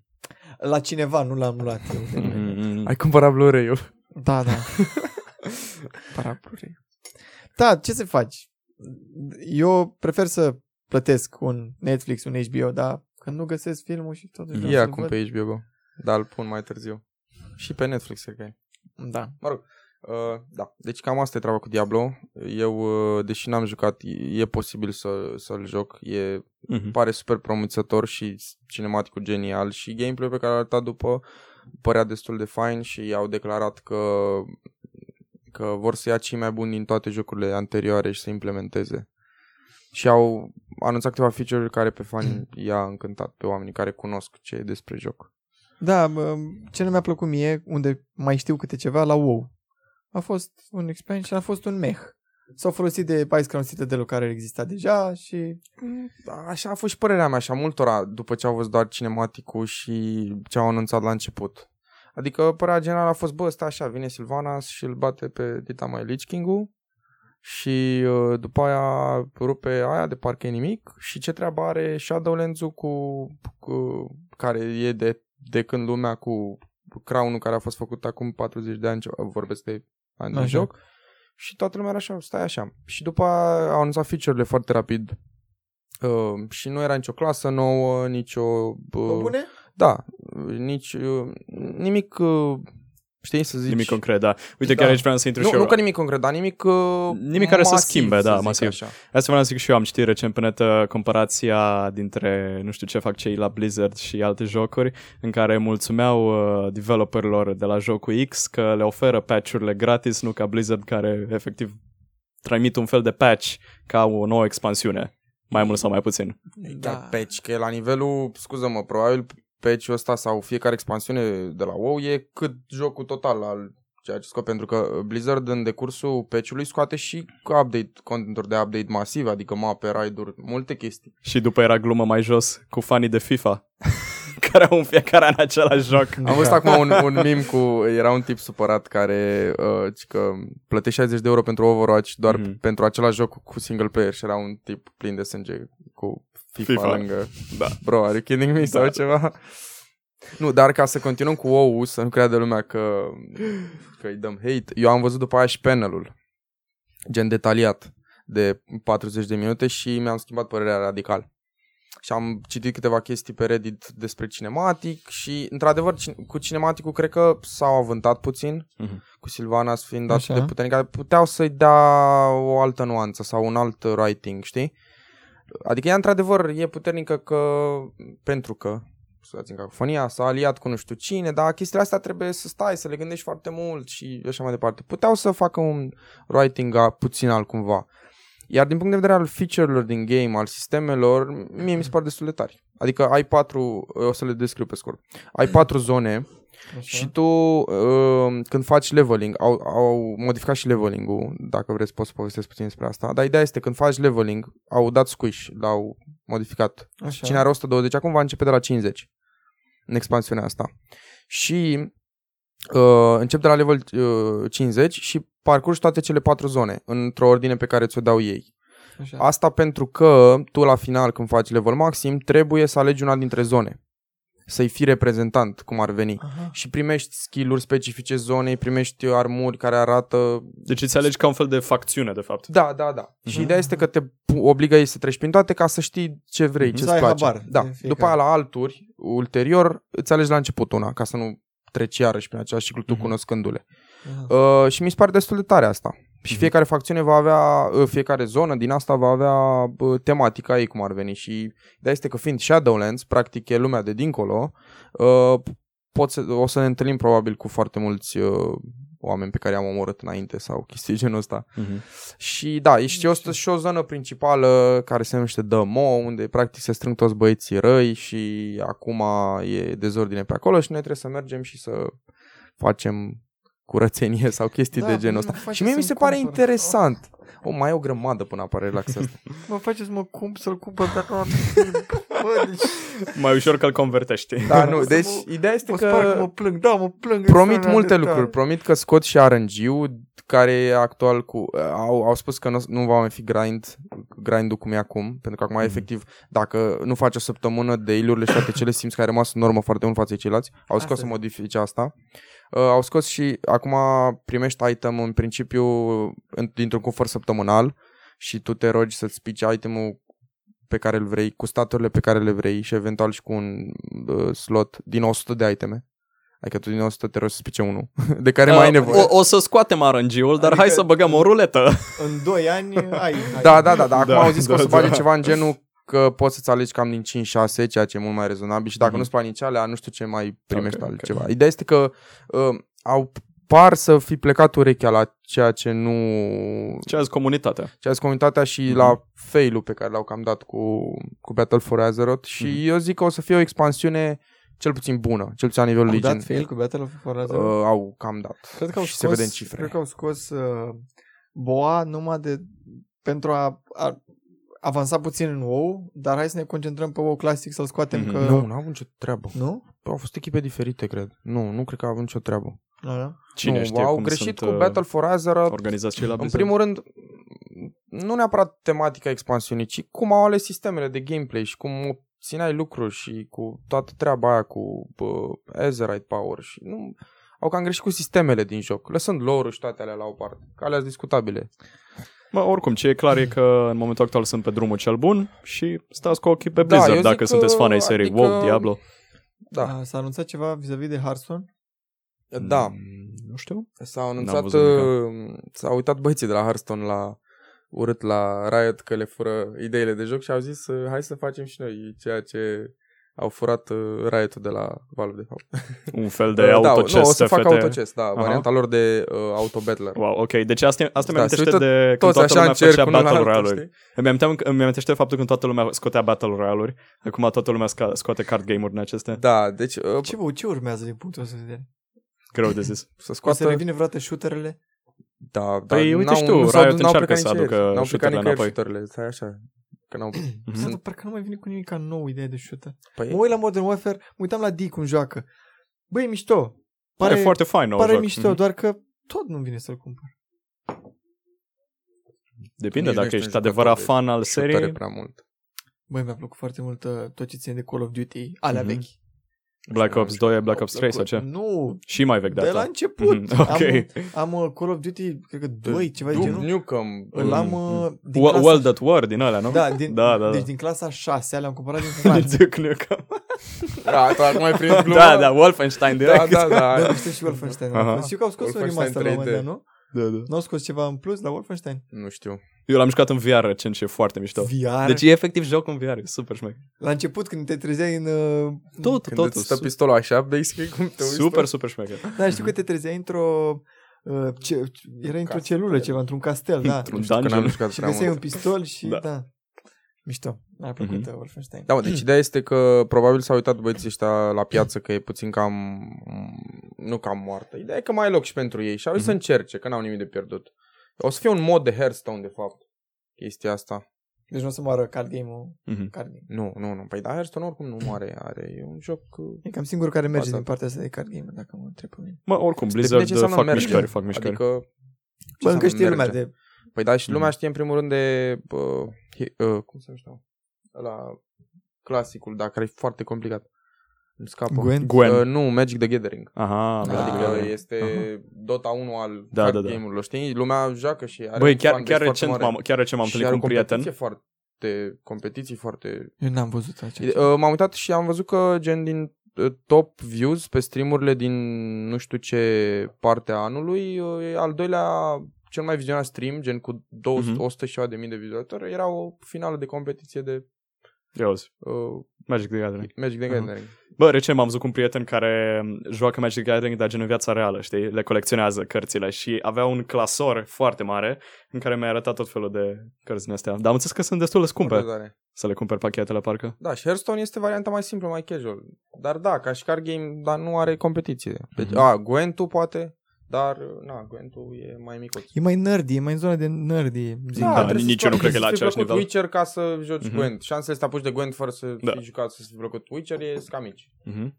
La cineva, nu l-am luat eu.
Mm, mm, mm.
Ai cumpărat Blu-ray-ul.
Da, da. Parapure. Da, ce să faci? Eu prefer să plătesc un Netflix, un HBO, dar când nu găsesc filmul și totuși vreau
E
să-l
acum
văd.
pe HBO Go. Dar îl pun mai târziu. Și pe Netflix, cred că e.
Da.
Uh, da, deci cam asta e treaba cu Diablo. Eu, uh, deși n-am jucat, e e posibil să, să-l joc. E,
Mhm.
pare super promițător și cinematicul genial și gameplay pe care l-a arătat după părea destul de fain și au declarat că, că vor să ia cei mai buni din toate jocurile anterioare și să implementeze. Și au anunțat câteva feature care pe fani i-a încântat, pe oamenii care cunosc ce e despre joc.
Da, bă, ce nu mi-a plăcut mie, unde mai știu câte ceva, la WoW. A fost un expansion, a fost un meh. S-au folosit de Ice Crown Citadel care exista deja și...
Așa a fost și părerea mea, așa multora, după ce au văzut doar cinematicul și ce au anunțat la început. Adică părerea generală a fost, bă, stai așa, vine Silvana și îl bate pe dita mai Lich King-ul și uh, după aia rupe aia de parcă e nimic și ce treabă are Shadowlands-ul cu, cu care e de, de când lumea cu crown care a fost făcut acum 40 de ani, ceva, vorbesc de ani de
Așa.
joc și toată lumea era așa, stai așa. Și după aia au anunțat feature-urile foarte rapid Uh, și nu era nicio clasă nouă, nicio...
Bă,
Uh,
bune?
da, uh, nici... Uh, nimic... Uh, știi să zici...
Nimic concret, da. Uite,
Da.
chiar aici vreau să intru
nu,
și eu.
nu că nimic concret, dar nimic... Uh,
Nimic care să
masiv,
schimbe, da,
zic
masiv.
Așa.
Asta vreau să zic și eu, am citit recent pe net uh, comparația dintre nu știu ce fac cei la Blizzard și alte jocuri în care mulțumeau uh, developerilor de la jocul X că le oferă patch-urile gratis, nu ca Blizzard care efectiv trimit un fel de patch ca o nouă expansiune, mai mult sau mai puțin.
Da. patch, că e la nivelul, scuză-mă, probabil patch-ul ăsta sau fiecare expansiune de la WoW e cât jocul total al ceea ce scop, pentru că Blizzard în decursul patch-ului scoate și update, contenturi de update masiv, adică mape, raid-uri, multe chestii.
Și după era glumă mai jos cu fanii de FIFA <laughs> care au în fiecare an același joc.
Am văzut acum un, un mim cu... Era un tip supărat care uh, zice că plătește 60 de euro pentru Overwatch doar
Mhm.
mm-hmm. pentru același joc cu single player și era un tip plin de sânge cu FIFA,
FIFA.
FIFA. lângă.
Da.
Bro, are you kidding me? Da. Sau
Da.
ceva? Nu, dar ca să continuăm cu WoW, să nu creadă lumea că, că îi dăm hate, eu am văzut după aia și panelul, gen detaliat, de 40 de minute și mi-am schimbat părerea radical și am citit câteva chestii pe Reddit despre cinematic și, într-adevăr, cin- cu cinematicul cred că s-au avântat puțin,
Mhm.
cu Silvana fiind atât
Așa.
de puternic, care puteau să-i dea o altă nuanță sau un alt writing, știi? Adică ea, într-adevăr, e puternică că, pentru că, scuzați-mi cacofonia, s-a aliat cu nu știu cine, dar chestiile astea trebuie să stai, să le gândești foarte mult și așa mai departe. Puteau să facă un writing a- puțin altcumva. Iar din punct de vedere al feature-urilor din game, al sistemelor, mie mi se par destul de tari. Adică ai patru, o să le descriu pe scurt, ai patru zone
Așa.
și tu, uh, când faci leveling, au, au modificat și leveling-ul, dacă vreți pot să povestesc puțin despre asta, dar ideea este, când faci leveling, au dat squish, l-au modificat.
Așa.
Cine are 120, acum va începe de la 50, în eh, expansiunea asta. Și uh, încep de la level uh, 50 și parcurgi toate cele patru zone într-o ordine pe care ți-o dau ei.
Așa.
Asta pentru că tu la final când faci level maxim trebuie să alegi una dintre zone. Să-i fii reprezentant cum ar veni.
Aha.
Și primești skill-uri specifice zonei, primești armuri care arată...
Deci îți alegi ca un fel de facțiune, de fapt.
Da, da, da.
Mhm.
Și ideea este că te pu- obligă ei să treci prin toate ca să știi ce vrei, ce
Să
îți
ai
place.
habar
da.
de fiecare.
După aia la alturi, ulterior, îți alegi la început una ca să nu treci iarăși prin același ciclu tu
Mhm.
cunoscându-le.
Aha.
Uh, și mi se pare destul de tare asta. Și
Mhm.
fiecare facțiune va avea, uh, fiecare zonă din asta va avea uh, tematica ei cum ar veni și de este că fiind Shadowlands, practic e lumea de dincolo, uh, pot să, o să ne întâlnim probabil cu foarte mulți uh, oameni pe care i-am omorât înainte sau chestii genul ăsta.
Mm-hmm.
Și da, e și, o, și o zonă principală care se numește The Maw, unde practic se strâng toți băieții răi și acum e dezordine pe acolo și noi trebuie să mergem și să facem curățenie sau chestii
Da,
de
păi
genul
mă
ăsta.
face
Și mie mi
să-mi
se pare
cumpăr.
interesant. O, mai e o grămadă până apare relaxul ăsta.
Mă faceți mă cum să-l cumpăr
<laughs>
dacă nu am Bă, deci
Mai ușor că îl convertești.
Da, nu,
Să
deci
mă-
ideea este
mă sparg,
că
mă plâng, da, mă
promit
plâng. extraordinar
multe
de tare.
lucruri. Promit că scot și RNG-ul care e actual cu... Au, au spus că nu, nu va mai fi grind, grind-ul cum e acum, pentru că acum mm-hmm.
Mhm.
efectiv, dacă nu faci o săptămână de ilurile și toate cele simți că ai rămas în urmă foarte mult față de ceilalți, au scos
Asta
să
zic.
modifice asta. Uh, au scos și acum primești item în principiu în- dintr-un cufăr săptămânal și tu te rogi să-ți pici itemul pe care îl vrei, cu staturile pe care le vrei și eventual și cu un uh, slot din 100 de iteme. Adică tu din 100 te rogi să-ți pice unul, <laughs> de care
Ah,
mai ai nevoie.
Uh, O, o să scoatem RNG-ul, dar
Adică-
hai să băgăm o ruletă. <laughs>
În 2 <laughs> ani ai. ai.
Da, da, da, da. Acum
Da,
au zis că o
da,
să bage
da.
ceva în genul că poți să-ți alegi cam din 5-6, ceea ce e mult mai rezonabil și dacă
Mhm.
nu-ți plac nici alea, nu știu ce mai primești
Ok,
okay,
ok.
altceva. Okay. Ideea este că uh, au par să fi plecat urechea la ceea ce nu
Ce azi comunitatea?
ce ați comunitatea și
Mhm.
la fail-ul pe care l-au cam dat cu, cu Battle for Azeroth și
Mhm.
eu zic că o să fie o expansiune cel puțin bună, cel puțin la nivelul
Au
Legion.
dat fail cu Battle for
Uh,
Azeroth?
au cam dat.
Cred că au
și
scos,
se vede în cifre.
Cred că au scos uh, boa numai de, pentru a, a avansa puțin în WoW, dar hai să ne concentrăm pe WoW Classic să-l scoatem
Mhm.
că...
Nu, nu au avut nicio treabă.
Nu?
Au fost echipe diferite, cred. Nu, nu cred că au avut nicio treabă.
Da, da.
Cine
nu,
știe
au
cum
greșit
sunt uh,
cu Battle for Azeroth.
organizați cei la
În
Blizzard?
primul rând, nu neapărat tematica expansiunii, ci cum au ales sistemele de gameplay și cum țineai lucruri și cu toată treaba aia cu bă, Azerite Power și nu... Au cam greșit cu sistemele din joc, lăsând lore și toate alea la o parte, că alea sunt discutabile.
Mă, oricum, ce e clar e că în momentul actual sunt pe drumul cel bun și stați cu ochii pe Blizzard
Da, eu zic
dacă
că-
sunteți fan ai serii
adică-
WoW, Diablo.
Da,
A, S-a anunțat ceva vis-a-vis de Hearthstone?
da.
Mm, Nu știu.
S-au
N-am
anunțat,
văzut
uh, s-au uitat băieții de la Hearthstone la urât la Riot că le fură ideile de joc și au zis uh, hai să facem și noi ceea ce au furat uh, Riot-ul de la Valve de fapt.
Un fel de
Uh,
autochest
da, nu, o să fac
TFT.
autochest, da,
Aha.
varianta lor de uh, autobattler.
Wow, ok. Deci asta, asta
Da,
mi-am
se
amintește
uită
de când
Toți
toată
așa
lumea
în cer
făcea
până la
Battle
altul,
Royale-uri.
știi?
Îmi aminteam- îmi amintește faptul când toată lumea scotea Battle Royale-uri. Acum toată lumea sca- scoate card game-uri din acestea.
Da, deci uh,
Ce, vă- ce urmează din punctul ăsta de vedere?
Greu de zis.
să
O să
scoată...
revine vreodată shooterele?
Da, da,
Păi, uite
n-au-
și tu,
nu s-au dus-
Riot
n-au
încearcă
plecat
să
nicăieri.
aducă
N-au plecat
shooterele
nicăieri
înapoi.
shooterele, stai așa. Că
<clears throat>
n-au...
Mhm.
Mm-hmm. Parcă nu mai vine cu nimic ca nou idee de shooter.
Păi,
Mă uit la Modern Warfare, mă uitam la D cum joacă. Băi, e mișto.
Pare foarte fain nou
pare
joc.
mișto,
Mhm.
doar că tot nu vine să-l cumpăr.
Depinde
Nici nu
dacă
ești
ești
un
adevărat
jucător
fan al
shootere
serii.
prea mult.
Băi, mi-a plăcut foarte mult uh, tot ce ține de Call of Duty, alea
Mhm.
vechi.
Black Ops 2, Black Ops 3 sau ce?
Nu,
Și mai vechi de
de la
<laughs> asta.
început.
Mhm, ok.
Am, am uh, Call of Duty, cred că 2, ceva de
Duke
genul.
Nukem. mm.
Îl am uh, din
Wo-
clasa...
Mhm. World at War din alea, nu? <laughs>
da, din,
da, da. Deci-
deci din clasa 6 le-am cumpărat
<laughs>
din Franța.
Duke Nukem.
Da, tu acum ai prins gluma.
<laughs> Da, da, Wolfenstein
da,
direct.
da, da.
Dar <laughs> nu știu și Wolfenstein.
Aha.
Aha. Știu că au scos un
Wolfenstein
remaster la un moment
3D.
dat, nu?
<laughs> da, da.
Nu au scos ceva în plus la Wolfenstein?
Nu știu.
Eu l-am jucat în VR recent și e foarte mișto.
VR.
Deci e efectiv joc în VR, e super șmecher.
La început când te trezeai în... uh,
Tot,
Când
tot.
îți stă pistolul așa, basically, cum te uiți
Super,
tu?
super șmecher.
Da, știu că te trezeai într-o... uh, ce, era într-o
Castel.
celulă ceva, într-un castel, da.
Într-un
Nu știu, că n-am
dungeon.
jucat
Și
prea
găseai
mult.
un pistol și
Da.
da. da. Mișto. Mi-a plăcut uh, Wolfenstein.
Da, mă, deci ideea este că probabil s-au uitat băieții ăștia la piață că e puțin cam, m, nu cam moartă. Ideea e că mai e loc și pentru ei și au zis
Mhm.
să încerce, că n-au nimic de pierdut. O să fie un mod de Hearthstone, de fapt, chestia asta.
Deci nu o să moară card game-ul.
Mhm.
Card game.
Nu, nu, nu. Păi da, Hearthstone oricum nu moare. Are, e un joc... uh,
E cam singurul care merge
Asta.
din partea asta de card game dacă mă întreb pe mine.
Mă, oricum,
Depinde
Blizzard
ce
fac
înseamnă merge.
mișcări, fac mișcări.
Adică
Bă, încă
înseamnă
știe lumea
merge?
de...
Păi da, și
Mhm.
lumea știe în primul rând de... Uh, hi- uh, cum se numește? La clasicul, da, care e foarte complicat. Îmi scapă.
Gwent?
Gwen.
Uh, nu, Magic the Gathering.
Aha,
Ah,
Magic
adică
the Gathering.
este Dota 1 al
Da,
da,
da,
da,
da.
game-urilor, știi? Lumea joacă și are
Băi,
un
chiar,
fan
chiar,
base foarte
recent
mare.
m-am, chiar recent m-am
Și
întâlnit
are
cu
o
un prieten.
competiție Foarte, competiții foarte...
Eu n-am văzut acea.
Uh, M-am uitat și am văzut că gen din uh, top views pe streamurile din nu știu ce parte a anului, uh, e al doilea cel mai vizionat stream, gen cu 200,
Mhm.
100 și ceva de mii de vizionatori, era o finală de competiție de
Eu auzi,
uh,
Magic the Gathering.
Magic the
Mhm.
Gathering.
Bă, recent m-am văzut cu un prieten care joacă Magic the Gathering, dar gen în viața reală, știi? Le colecționează cărțile și avea un clasor foarte mare în care mi-a arătat tot felul de cărți din astea. Dar am înțeles că sunt destul de scumpe
Foarte tare.
să le cumperi pachetele, parcă.
Da, și Hearthstone este varianta mai simplă, mai casual. Dar da, ca și card game, dar nu are competiție. Deci,
Mhm.
mm-hmm. a, Gwent-ul poate, dar, na, Gwent-ul e mai micuț.
E mai nerdy, e mai în zona de nerdy. zic.
Da,
trebuie
nici
să-ți
eu
placă,
nu cred că e la
să-ți fi
același
plăcut
nivel.
Witcher ca să joci
Mhm.
Gwent. Șansele să te apuci de Gwent fără să
Da.
fi jucat, să fi plăcut Witcher e cam mici.
Mm-hmm.
Mhm.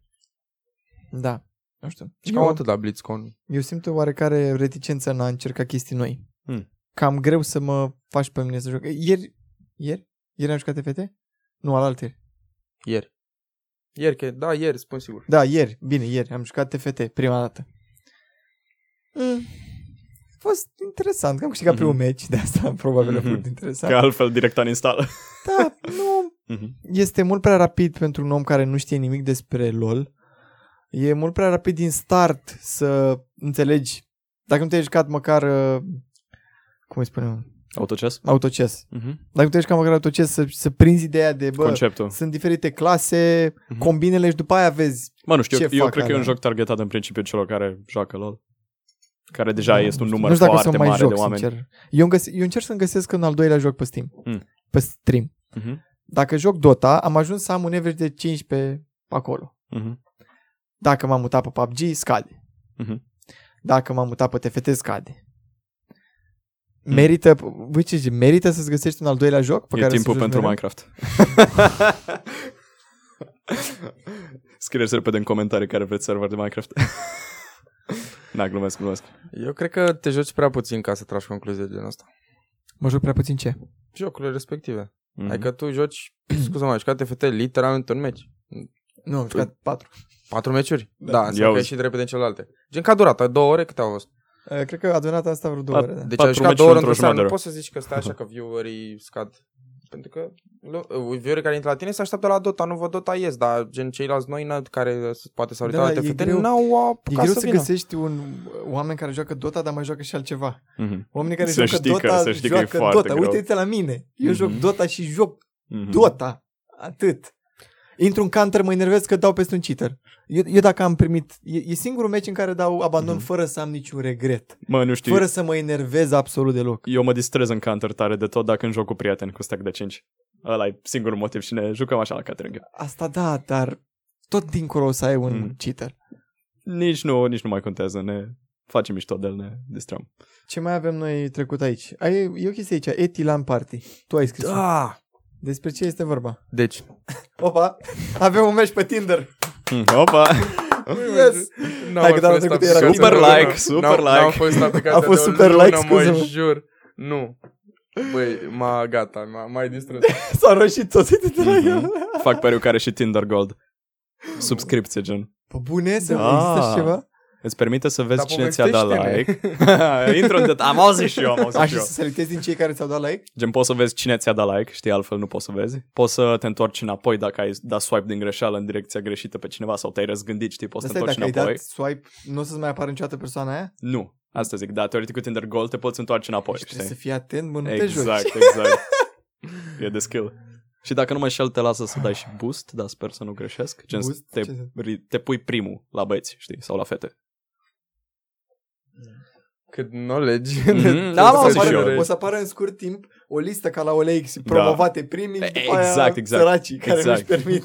Da. Nu știu.
Și
Eu-
cam atât la BlitzCon.
Eu simt o oarecare reticență în a încerca chestii noi.
Hmm.
Cam greu să mă faci pe mine să joc. Ieri, ieri? Ieri am jucat TFT? Nu, al alteri.
Ieri. Ieri, că, da, ieri, spun sigur.
Da, ieri. Bine, ieri. Am jucat TFT prima dată. Mm. A fost interesant, că am câștigat
Mhm.
primul meci, de asta probabil a
Mhm.
fost
Că
interesant.
altfel direct an instală.
<laughs> Da, nu
Mhm.
este mult prea rapid pentru un om care nu știe nimic despre LOL. E mult prea rapid din start să înțelegi. Dacă nu te-ai jucat măcar, uh, cum îi spunem,
Autochess?
autoces.
Mm-hmm.
Dacă nu te-ai jucat măcar autoces, să, să prinzi ideea de, bă,
Conceptul.
sunt diferite clase,
Mhm.
combinele și după aia vezi.
Mă, nu știu,
Ce
eu, eu
fac
cred că e
alea?
un joc targetat în principiu celor care joacă LOL. Care deja
Nu
este un
știu.
număr
nu știu dacă o
foarte
să mai
mare
joc,
de oameni.
Sincer. Eu, îmi găse- eu încerc să-mi găsesc un al doilea joc pe Steam.
Mm.
Pe stream.
Mhm.
Dacă joc Dota, am ajuns să am un average de 15 acolo.
Mhm.
Dacă m-am mutat pe PUBG, scade.
Mhm.
Dacă m-am mutat pe TFT, scade. Merită, voi ce zice, merită să-ți găsești un al doilea joc? Pe
Mm. E
care să
timpul
joci
pentru
mereu?
Minecraft. Scrieți repede în comentarii care vreți server de
<laughs>
Minecraft. Na, glumesc, glumesc.
Eu cred că te joci prea puțin ca să tragi concluzii de genul ăsta.
Mă joc prea puțin ce?
Jocurile respective.
Mhm.
Adică tu joci, <clears throat> scuze-mă, ai jucat TFT literalmente un meci.
Nu, am jucat 4.
Patru meciuri? Da,
Ia
înseamnă că ai
uzi.
și de repede în celelalte. Gen ca durata, două ore câte au fost?
Uh, Cred că a durat asta vreo două
Pat-
ore. Da.
Deci
Patru
ai jucat
meciuri
două ore
într-o
într-o seară, nu poți
jumătate
să zici că stai așa că viewerii scad. Pentru că lo- uh, viewerii care intră la tine se așteaptă la Dota, nu vă Dota ies, dar gen ceilalți noi na- care s- poate s-au uitat
Da,
la
e
TFT
greu.
n-au
E
apucat
greu
să
să
vină.
găsești un oameni care joacă Dota, dar mai joacă și altceva.
Mhm.
Oamenii care
Să
joacă
știi că-
Dota,
să știi că e
joacă
foarte
Dota.
greu.
Uite-te la mine. Eu joc
Mhm.
Dota și joc
Mhm.
Dota. Atât. Intru în counter, mă enervez că dau peste un cheater. Eu, eu dacă am primit... E, e singurul meci în care dau abandon
Mhm.
fără să am niciun regret.
Mă, nu știu.
Fără să mă enervez absolut deloc.
Eu mă distrez în counter tare de tot dacă în joc cu prieteni cu stack de 5. Ăla e singurul motiv și ne jucăm așa la catering.
Asta da, dar tot dincolo o să ai un
Mhm.
cheater.
Nici nu, nici nu mai contează, ne facem mișto de el, ne distrăm.
Ce mai avem noi trecut aici? Ai, e o chestie aici, Etilan Party. Tu ai scris
Da!
Despre ce este vorba?
Deci,
Opa, avem un meci pe Tinder.
Mm, Opa!
Yes!
n-au
Hai că data
fost
trecută
aplicația
era
Super
de o
like,
lună.
super
N-au- N-au
like.
fost aplicația
A fost
de o
super like,
lună, mă
scuză-mă.
jur. Nu. Băi, m-a gata, m-a mai distrat.
S-a roșit tot, uite de la el.
Mhm. Fac pariu care și Tinder Gold. Subscripție, gen.
Pe Păi bune, să
Da.
există așa ceva?
Îți permite să vezi
Dar
cine ți-a dat
povestește-ne.
like. <laughs> Intru în det- am auzit și eu, am auzit
Așa
și eu.
să selectezi din cei care ți-au dat like?
Gen, poți să vezi cine ți-a dat like, știi, altfel nu poți să vezi. Poți să te întorci înapoi dacă ai dat swipe din greșeală în direcția greșită pe cineva sau te-ai răzgândit, știi, poți să te
Asta e,
întorci
dacă ai
înapoi.
dat swipe, nu o să-ți mai apară niciodată persoana aia?
Nu, asta zic, da, teoretic cu Tinder Gold te poți întoarce înapoi,
Deci trebuie să
Păi, știi?
fii atent, mă, nu te
Exact,
joci.
exact. e de skill. Și dacă nu mai șel, te lasă să dai și boost, dar sper să nu greșesc. Gen,
Boost?
Te,
Ce înseamnă?
ri- te pui primul la băieți, știi, sau la fete.
<laughs>
Cât knowledge.
Mhm.
de-
Da, mă,
de-
o,
am
să
auzit și eu.
de-
apară, o să apară în scurt timp o listă ca la OLX, promovate primii,
E-
după aia
exact, exact.
săracii care
Exact.
nu-și permit.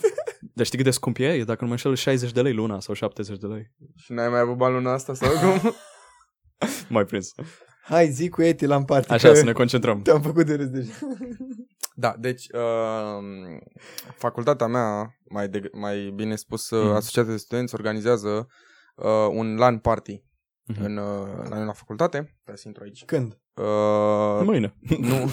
Dar știi cât de scump e? E dacă nu mă înșel 60 de lei luna sau 70 de lei.
<laughs> Și n-ai mai avut bani luna asta sau cum? <laughs>
Mai prins.
Hai, zi cu Eti la party,
Așa,
că
să ne concentrăm.
te-am făcut de râs deja.
Da, deci uh, facultatea mea, mai, de, mai bine spus
Mhm.
mm. Asociația de Studenți, organizează uh, un LAN party
Mhm.
în, uh, la noi la facultate, pe intru aici.
Când?
Uh,
Mâine.
nu.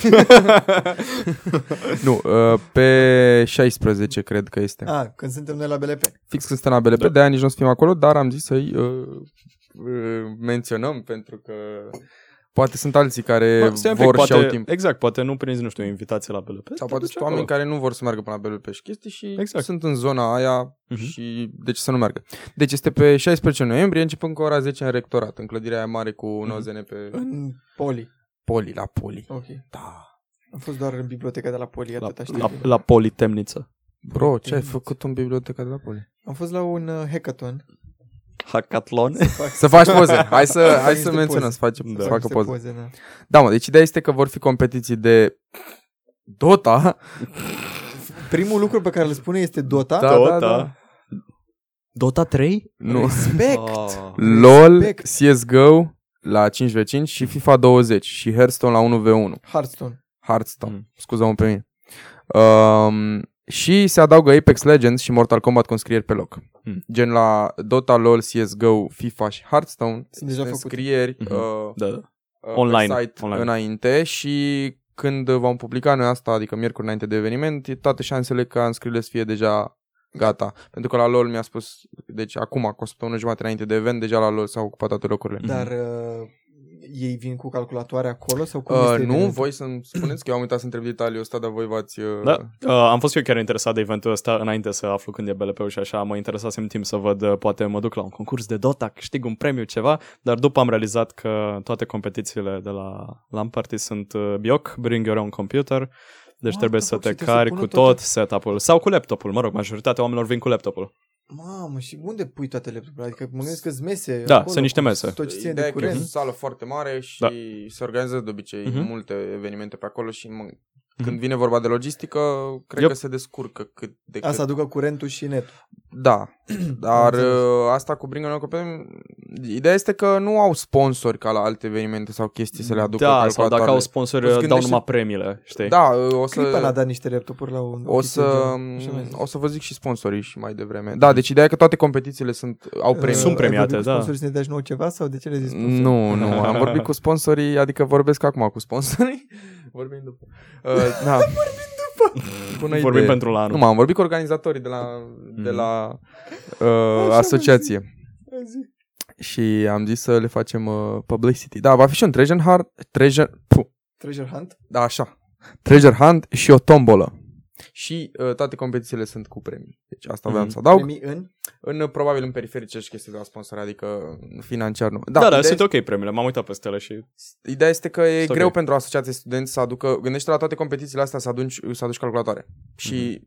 <laughs>
nu, uh, pe 16 cred că este.
Ah, când suntem noi la BLP.
Fix când suntem la BLP,
Da.
da. de-aia nici nu o să fim acolo, dar am zis să-i uh, uh, menționăm pentru că poate sunt alții care
Bă, stai un pic,
vor și
poate,
au timp.
Exact, poate nu prinzi, nu știu, invitație la BLP.
Sau
te
poate
duci
sunt oameni
acolo.
care nu vor să meargă până la BLP și chestii și
Exact.
exact. sunt în zona aia
Mhm.
și de ce să nu meargă. Deci este pe 16 noiembrie, începând cu ora 10 în rectorat, în clădirea aia mare cu un
Mhm.
OZN pe
În Poli.
Poli, la Poli.
Ok.
Da.
Am fost doar în biblioteca de la Poli, atâta știu.
La, la, la Politemniță.
Bro, ce ai făcut în biblioteca de la Poli?
Am fost la un uh, hackathon.
<laughs> Hackathon.
Să faci poze. Hai să, hai să
niște
menționăm,
poze.
să, face,
Da.
să
Fac
facă
niște
poze.
poze da.
Da, mă, deci ideea este că vor fi competiții de Dota.
Primul lucru pe care îl spune este Dota.
Da, da, da.
Dota. Dota 3?
Nu. <laughs> Oh.
Respect.
Ah.
LOL,
Respect.
CSGO la 5v5 și FIFA 20 și Hearthstone la 1v1.
Hearthstone.
Hearthstone,
Mm.
mm. scuză-mă pe mine. Um, și se adaugă Apex Legends și Mortal Kombat cu înscrieri pe loc.
Mm.
Mm. Gen la Dota, LoL, CSGO, FIFA și Hearthstone
Sunt deja făcute.
înscrieri
Mhm.
uh, uh,
Da, da. Online,
online, pe site online.
online.
înainte și când vom publica noi asta, adică miercuri înainte de eveniment, e toate șansele ca înscrierile să fie deja gata. Pentru că la LoL mi-a spus, deci acum, cu o săptămână jumătate înainte de event, deja la LoL s-au ocupat toate locurile.
Dar uh, ei vin cu calculatoare acolo sau cum
Mhm. Uh, nu,
este evenimentul?
voi să-mi spuneți că eu am uitat să întreb detaliul ăsta, dar voi v-ați... Uh,
Da, uh, am fost eu chiar interesat de eventul ăsta înainte să aflu când e BLP-ul și așa, mă interesasem timp să văd, uh, poate mă duc la un concurs de Dota, câștig un premiu, ceva, dar după am realizat că toate competițiile de la Lamparty sunt uh, BIOC, Bring Your Own Computer, deci
What
trebuie
the
să
fuck,
te
și trebuie să
cari
pună
cu
toate-
tot setup-ul sau cu laptopul, mă rog, majoritatea oamenilor vin cu laptopul.
Mamă, și unde pui toate laptopurile? Adică mă gândesc că mese.
Da,
acolo,
sunt niște
cu
mese.
Tot ce ține
Ideea
de
e că e o
curent.
sală foarte mare și
Da.
da. se organizează de obicei
Mhm.
uh-huh. multe evenimente pe acolo și mă, când vine vorba de logistică, cred
Yep.
yep. că se descurcă cât de cât.
Asta aducă curentul și net.
Da, dar
înțeles.
uh, asta cu Bring Your Own Computer, ideea este că nu au sponsori ca la alte evenimente sau chestii să le aducă
da, sau dacă au
calculatoarele.
sponsori,
Îți
uh, dau
gândește-
numai premiile, știi?
Da, uh, o să...
Clipa n-a dat niște laptopuri la un...
O să, o să vă zic și sponsorii și mai devreme. Da, deci ideea e că toate competițiile sunt, au premii.
Sunt premiate, da.
Sponsorii să ne dai și nouă ceva sau de ce le zici?
Nu, nu, am vorbit cu sponsorii, adică vorbesc acum cu sponsorii. <laughs> Vorbim după. Uh, da. <laughs> vorbim după. Bună
Vorbim
idee.
pentru la anul.
Nu, m-am vorbit cu organizatorii de la, de
Mhm.
la uh, asociație și am zis să le facem uh, publicity. Da, va fi și un treasure hunt, treasure, puh,
Treasure Hunt?
da, așa, treasure hunt și o tombolă. Și uh, toate competițiile sunt cu premii. Deci asta vreau
Mhm.
să adaug.
Premii în?
În, uh, probabil în periferice și chestii de la sponsor, adică financiar nu.
Da, da,
ideea
sunt ok premiile, m-am uitat pe stele și...
Ideea este că e
Sunt ok.
greu pentru asociații studenți să aducă, gândește la toate competițiile astea să, adunci, să aduci calculatoare. Și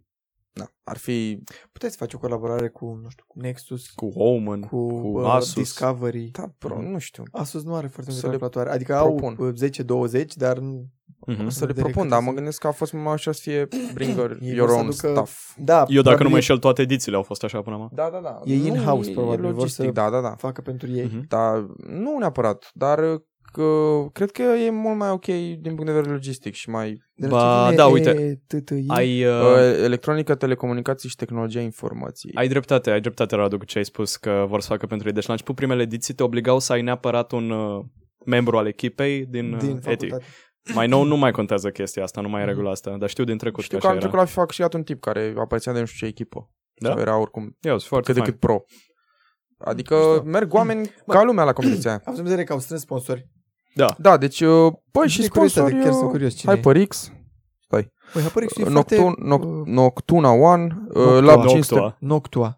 da, ar fi
Puteți face o colaborare cu, nu știu, cu Nexus,
Cu Omen,
cu,
cu
uh,
Asus.
Discovery.
da, bro, nu știu.
Asus nu are foarte multe
Să le
calculatoare. Adică
propun.
au uh, 10-20, dar nu-
Mhm.
O să le
vedere
propun,
cât
dar
o
mă
să-
gândesc că a fost mai așa să fie bring your,
Ei
your
vor să
own
aducă-
stuff.
da,
Eu dacă
probabil
nu mă înșel, toate edițiile au fost așa până acum.
Da, da, da.
E
Nu,
in-house,
e
probabil, vor
logistic,
să-
da, da, da.
facă pentru ei.
Mhm.
Dar nu neapărat, dar uh, că, cred că e mult mai ok din punct de vedere logistic și mai
De
Ba,
la ce
da,
vine
uite.
e TTI?
Ai,
uh,
uh,
electronică, telecomunicații și tehnologia informației.
ai dreptate, ai dreptate, Radu, cu ce ai spus că vor să facă pentru ei. Deci la început primele ediții te obligau să ai neapărat un uh, membru al echipei din,
din
din ETI.
facultate.
Mai nou nu mai contează chestia asta, nu mai e regula asta, dar știu din trecut
Știu
că
că am
așa
trecut
era.
la FIFA și iată un tip care aparținea de nu știu ce echipă.
Da?
Sau era oricum
Eu, sunt foarte
cât de
fain.
cât pro. Adică
Știu.
merg
<clears throat>
oameni ca lumea la competiția aia.
Am să vedere că au strâns sponsori.
Da, deci, uh, păi și
Cine e curios,
sponsori,
adică chiar sunt curios cine e.
HyperX,
Păi, apare și
Noctun, Noc-
uh,
Noctuna One, uh,
Noctua.
Lab 500.
Noctua.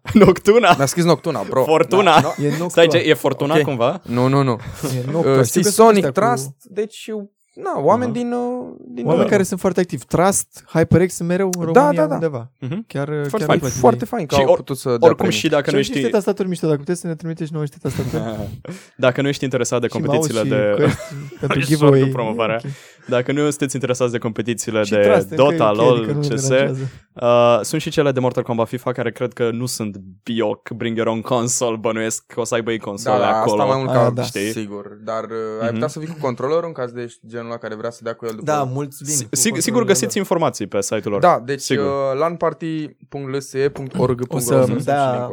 Noctua.
<laughs>
Da.
Noctuna!
Mi-a scris Noctuna, bro.
<laughs> Fortuna.
Da,
E Noctua.
Stai, ce, e Fortuna
Ok.
cumva?
no- nu, nu, nu.
E Noctua.
Uh,
Știu că sunt
Sonic
ăștia cu-
Trust, deci, uh, na, oameni
Aha.
din... uh, din
Oameni
Da.
care sunt foarte activi. Trust, HyperX sunt mereu în
Da,
România
da, da.
undeva.
Mhm.
Chiar,
Foarte
chiar
Foarte,
fain.
mulți
foarte
ei.
fain că
Și
au
or-
putut să dea
Oricum
premii.
și dacă
Și
nu
am și niște
știi...
tastaturi mișto, dacă puteți să ne trimiteți nouă niște tastaturi.
Dacă nu ești interesat de
Și mouse
competițiile
și
<laughs>
căști <laughs>
de...
pentru
Sorry,
giveaway.
promovarea. Dacă nu sunteți interesați de competițiile
Și
de
Trust, încă e
Dota,
ok, adică
LoL,
nu
CS,
deranjează.
Uh, sunt și cele de Mortal Kombat FIFA care cred că nu sunt bioc, bring your own console, bănuiesc că o să aibă ei console
Da, da,
acolo.
asta mai mult ca
Aia,
da.
da.
Știi?
sigur. Dar uh, ai
Mhm.
putea să vii cu controllerul în caz de ești genul la care vrea să dea cu el după
Da, mulți vin.
Si-
cu
sig- sigur
controlul
găsiți
lor.
informații pe site-ul lor.
Da, deci
Sigur.
uh, lanparty.lse.org
O să, da,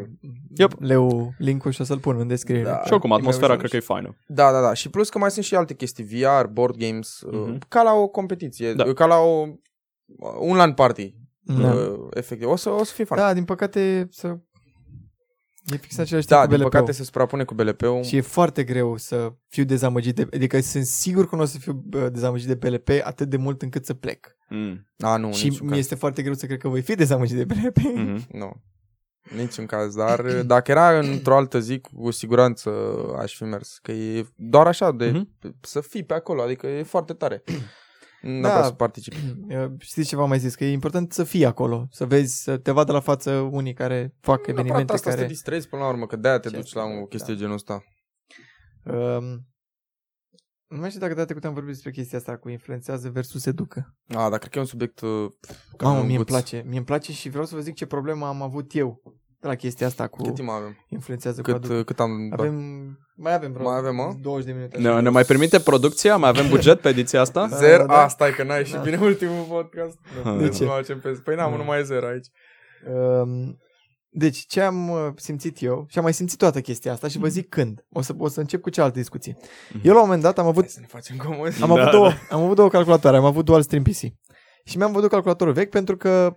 Yep.
leu link-ul și o să-l pun în descriere.
Da.
Și oricum,
E mai
atmosfera
ușor.
cred că e faină.
Da, da, da. Și plus că mai sunt și alte chestii, VR, board games, uh
Mhm.
ca la o competiție,
Da.
ca la o uh, un LAN party,
Da.
uh, efectiv. O să, o să fie fan.
da, din păcate să... E fix același
da
timp cu
din
BLP-ul.
păcate se suprapune cu BLP-ul.
Și e foarte greu să fiu dezamăgit de... Adică sunt sigur că nu o să fiu bă, dezamăgit de PLP atât de mult încât să plec.
Mm.
A, nu,
și
niciun
mi
caz.
este foarte greu să cred că voi fi dezamăgit de PLP.
Mm.
Mm-hmm.
Mhm.
Nu. Niciun caz, dar uh, dacă era într-o altă zi, cu siguranță aș fi mers. Că e doar așa, de
Mhm.
să fii pe acolo, adică e foarte tare. <clears throat> N-a da. să participi.
Știți ce v-am mai zis? Că e important să fii acolo, să vezi, să te vadă la față unii care fac
Evenimente
evenimente
Păi asta să te
care...
distrezi până la urmă, că de-aia te
Ce
duci la
asta,
o chestie genul ăsta.
Um, nu mai știu dacă data trecută am vorbit despre chestia asta cu influențează versus educă.
A, dar cred că e un subiect... uh, care
Mamă,
nu
mie îmi
învăț.
place. Mie îmi place și vreau să vă zic ce problemă am avut eu de la chestia asta cu
Cât timp mai avem?
influențează cu
Cât,
educă.
uh, cât am...
Avem, mai avem vreo
Mai avem, mă?
20 de minute.
Ne, ne mai permite producția? Mai avem buget pe ediția asta?
Da,
Zer,
da, da.
a, stai că n-ai și
Da.
bine ultimul podcast.
Ha.
Nu
De ce?
mă facem pe- Păi n-am
Mm.
numai zer aici.
Um, deci, ce am uh, simțit eu și am mai simțit toată chestia asta și
Mhm.
vă zic când. O să, o să încep cu cealaltă discuție.
Mhm.
Eu la un moment dat am avut,
Hai să ne facem comod.
am,
Da,
avut două, am avut două calculatoare, am avut dual stream PC. Și mi-am văzut calculatorul vechi pentru că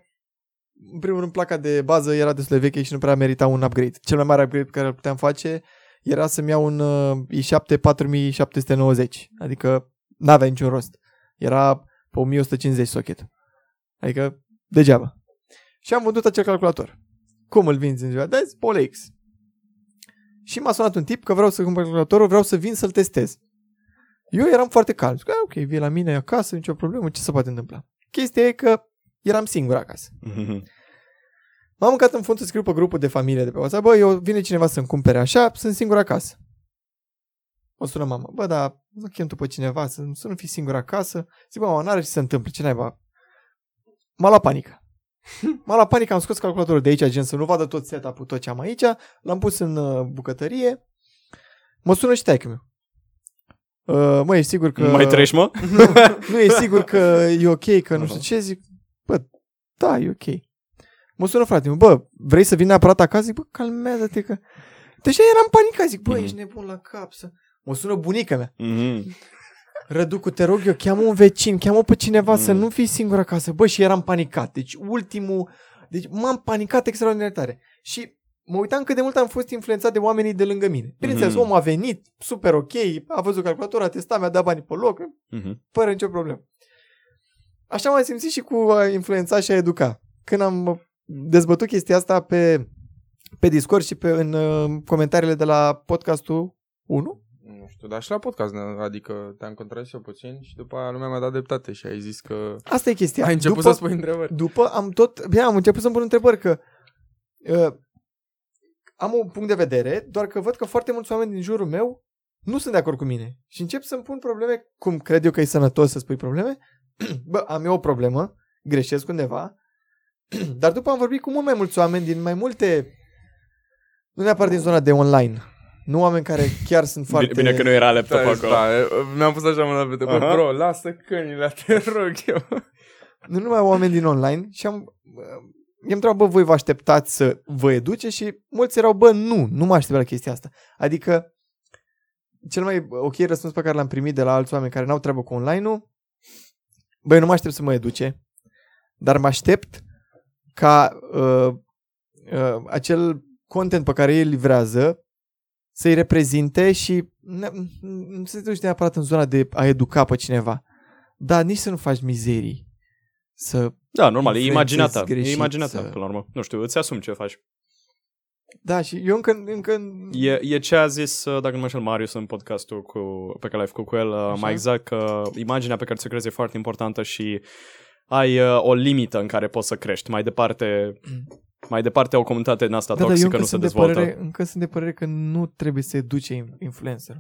în primul rând placa de bază era destul de veche și nu prea merita un upgrade. Cel mai mare upgrade pe care îl puteam face era să-mi iau un uh, i7 4790, adică n-avea niciun rost. Era pe 1150 socket. Adică degeaba. Și am vândut acel calculator. Cum îl vinzi în ziua? Da, Polex. Și m-a sunat un tip că vreau să cumpăr calculatorul, vreau să vin să-l testez. Eu eram foarte calm. Zic, "Ah, ok, vii la mine acasă, nicio problemă, ce se poate întâmpla? Chestia e că eram singur acasă.
Mhm.
M-am mâncat în fund să scriu pe grupul de familie de pe WhatsApp, bă, eu vine cineva să-mi cumpere așa, sunt singur acasă. O sună mama, bă, da, să chem tu pe cineva, să, să nu fii singur acasă. Zic, bă, mama, n-are ce să se întâmple, ce naiba. M-a luat panică. M-a luat panică, am scos calculatorul de aici, gen să nu vadă tot setup-ul, tot ce am aici, l-am pus în uh, bucătărie, mă sună și taică meu. Uh, mă, e sigur că...
Mai treci, mă?
<laughs> nu e sigur că e ok, că nu știu ce, zic, bă, da, e ok. Mă sună frate, meu, bă, vrei să vin neapărat acasă? Zic, bă, calmează-te că... Deja eram panicat, zic, bă,
Mhm.
ești nebun la cap să... Mă sună bunica mea.
Mhm.
Răducu, te rog eu, cheamă un vecin, cheamă pe cineva să
Mhm.
nu fii singur acasă. Bă, și eram panicat. Deci ultimul... Deci m-am panicat extraordinar de tare. Și mă uitam cât de mult am fost influențat de oamenii de lângă mine. Bineînțeles,
Mhm.
omul a venit, super ok, a văzut calculatorul, a testat, mi-a dat banii pe loc,
Mhm.
fără nicio problemă. Așa m-am simțit și cu a influența și a educa. Când am uh, dezbătut chestia asta pe, pe Discord și pe, în uh, comentariile de la podcastul 1,
Nu știu, dar și la podcast, ne- adică te-am contrazis eu puțin și după aia lumea mi-a dat dreptate și ai zis că
asta e chestia.
ai început
după,
să spui întrebări.
după am tot, bine, am început să-mi pun întrebări că uh, am un punct de vedere, doar că văd că foarte mulți oameni din jurul meu nu sunt de acord cu mine. Și încep să-mi pun probleme, cum cred eu că e sănătos să spui probleme. <clears throat> Bă, am eu o problemă, greșesc undeva, <clears throat> dar după am vorbit cu mult mai mulți oameni din mai multe, nu neapărat din zona de online, nu oameni care chiar sunt foarte...
Bine, bine că nu era laptop
Da,
acolo.
da, e, mi-am pus așa mâna pe tebă,
Aha.
bro, lasă câinile, te rog eu.
nu numai oameni din online și am, bă, i-am întrebat, bă, voi vă așteptați să vă educe și mulți erau, bă, nu, nu mă așteptam la chestia asta. Adică, cel mai ok răspuns pe care l-am primit de la alți oameni care n-au treabă cu online-ul, băi, nu mă aștept să mă educe, dar mă aștept ca uh, uh, acel content pe care el livrează să-i reprezinte și ne- nu se duci neapărat în zona de a educa pe cineva, dar nici să nu faci mizerii, să
Da, normal, e
Influențezi
imaginata. E
greșit,
imaginata,
să-
până la urmă. Nu știu, îți asumi ce faci.
Da, și eu încă... încă...
E, e ce a zis, uh, dacă nu mă înșel, Marius în podcastul cu, pe care l-ai făcut cu el, Așa. mai exact că imaginea pe care ți-o crezi e foarte importantă și ai uh, o limită în care poți să crești. Mai departe, <clears throat> mai departe o comunitate din asta
da, da, eu
toxică
încă,
nu se
sunt de
dezvoltă.
părere, încă sunt de părere că nu trebuie să educe influencer.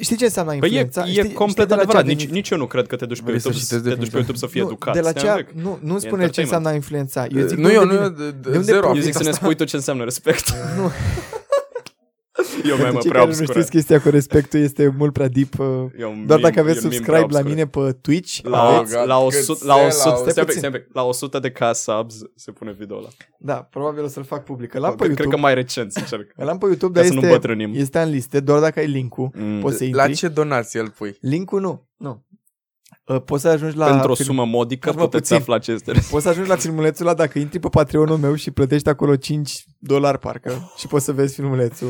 Știi ce înseamnă
Păi e,
influența?
e
știi,
complet
știi de la ce
adevărat.
a venit?
Nici, nici eu nu cred că te duci pe
Vrei să
YouTube să,
citesc
te duci
definiția?
pe YouTube să fii educat.
Nu, de la
Stai un
ce,
pic.
nu, nu spune ce
entertainment.
înseamnă a influența. Eu zic
nu
de
eu,
unde
nu eu,
vine.
de, de,
de unde
zero.
Eu
profit?
zic să ne spui tu ce înseamnă respect.
Nu.
<laughs> Eu
<laughs>
mai mă
Cei
prea
care nu
obscură.
știți chestia cu respectul este mult prea deep. uh,
Eu
Doar
mim-
dacă aveți
eu mim
subscribe
prea
la
obscur.
mine pe Twitch,
La,
Oh, God,
la,
cât
100, la,
stai la
100,
o-
stai
stai
puțin,
puțin.
stai puțin. la 100 de ca subs se pune video ăla.
da, probabil o să-l fac public. Îl am pe
Cred, cred că
YouTube,
mai recent, sincer.
îl am pe YouTube
Ca
dar
să nu
este,
îmbătrânim.
este unlisted, doar dacă ai link-ul.
Mm.
Poți să
La
intri.
ce donație îl pui?
Link-ul nu. Nu. Uh, Poți să ajungi la
Pentru o
film-
sumă modică
Urmă
puteți
puțin.
afla ce este.
Poți să ajungi la filmulețul ăla dacă intri pe Patreonul meu și plătești acolo 5 dolari parcă și poți să vezi filmulețul.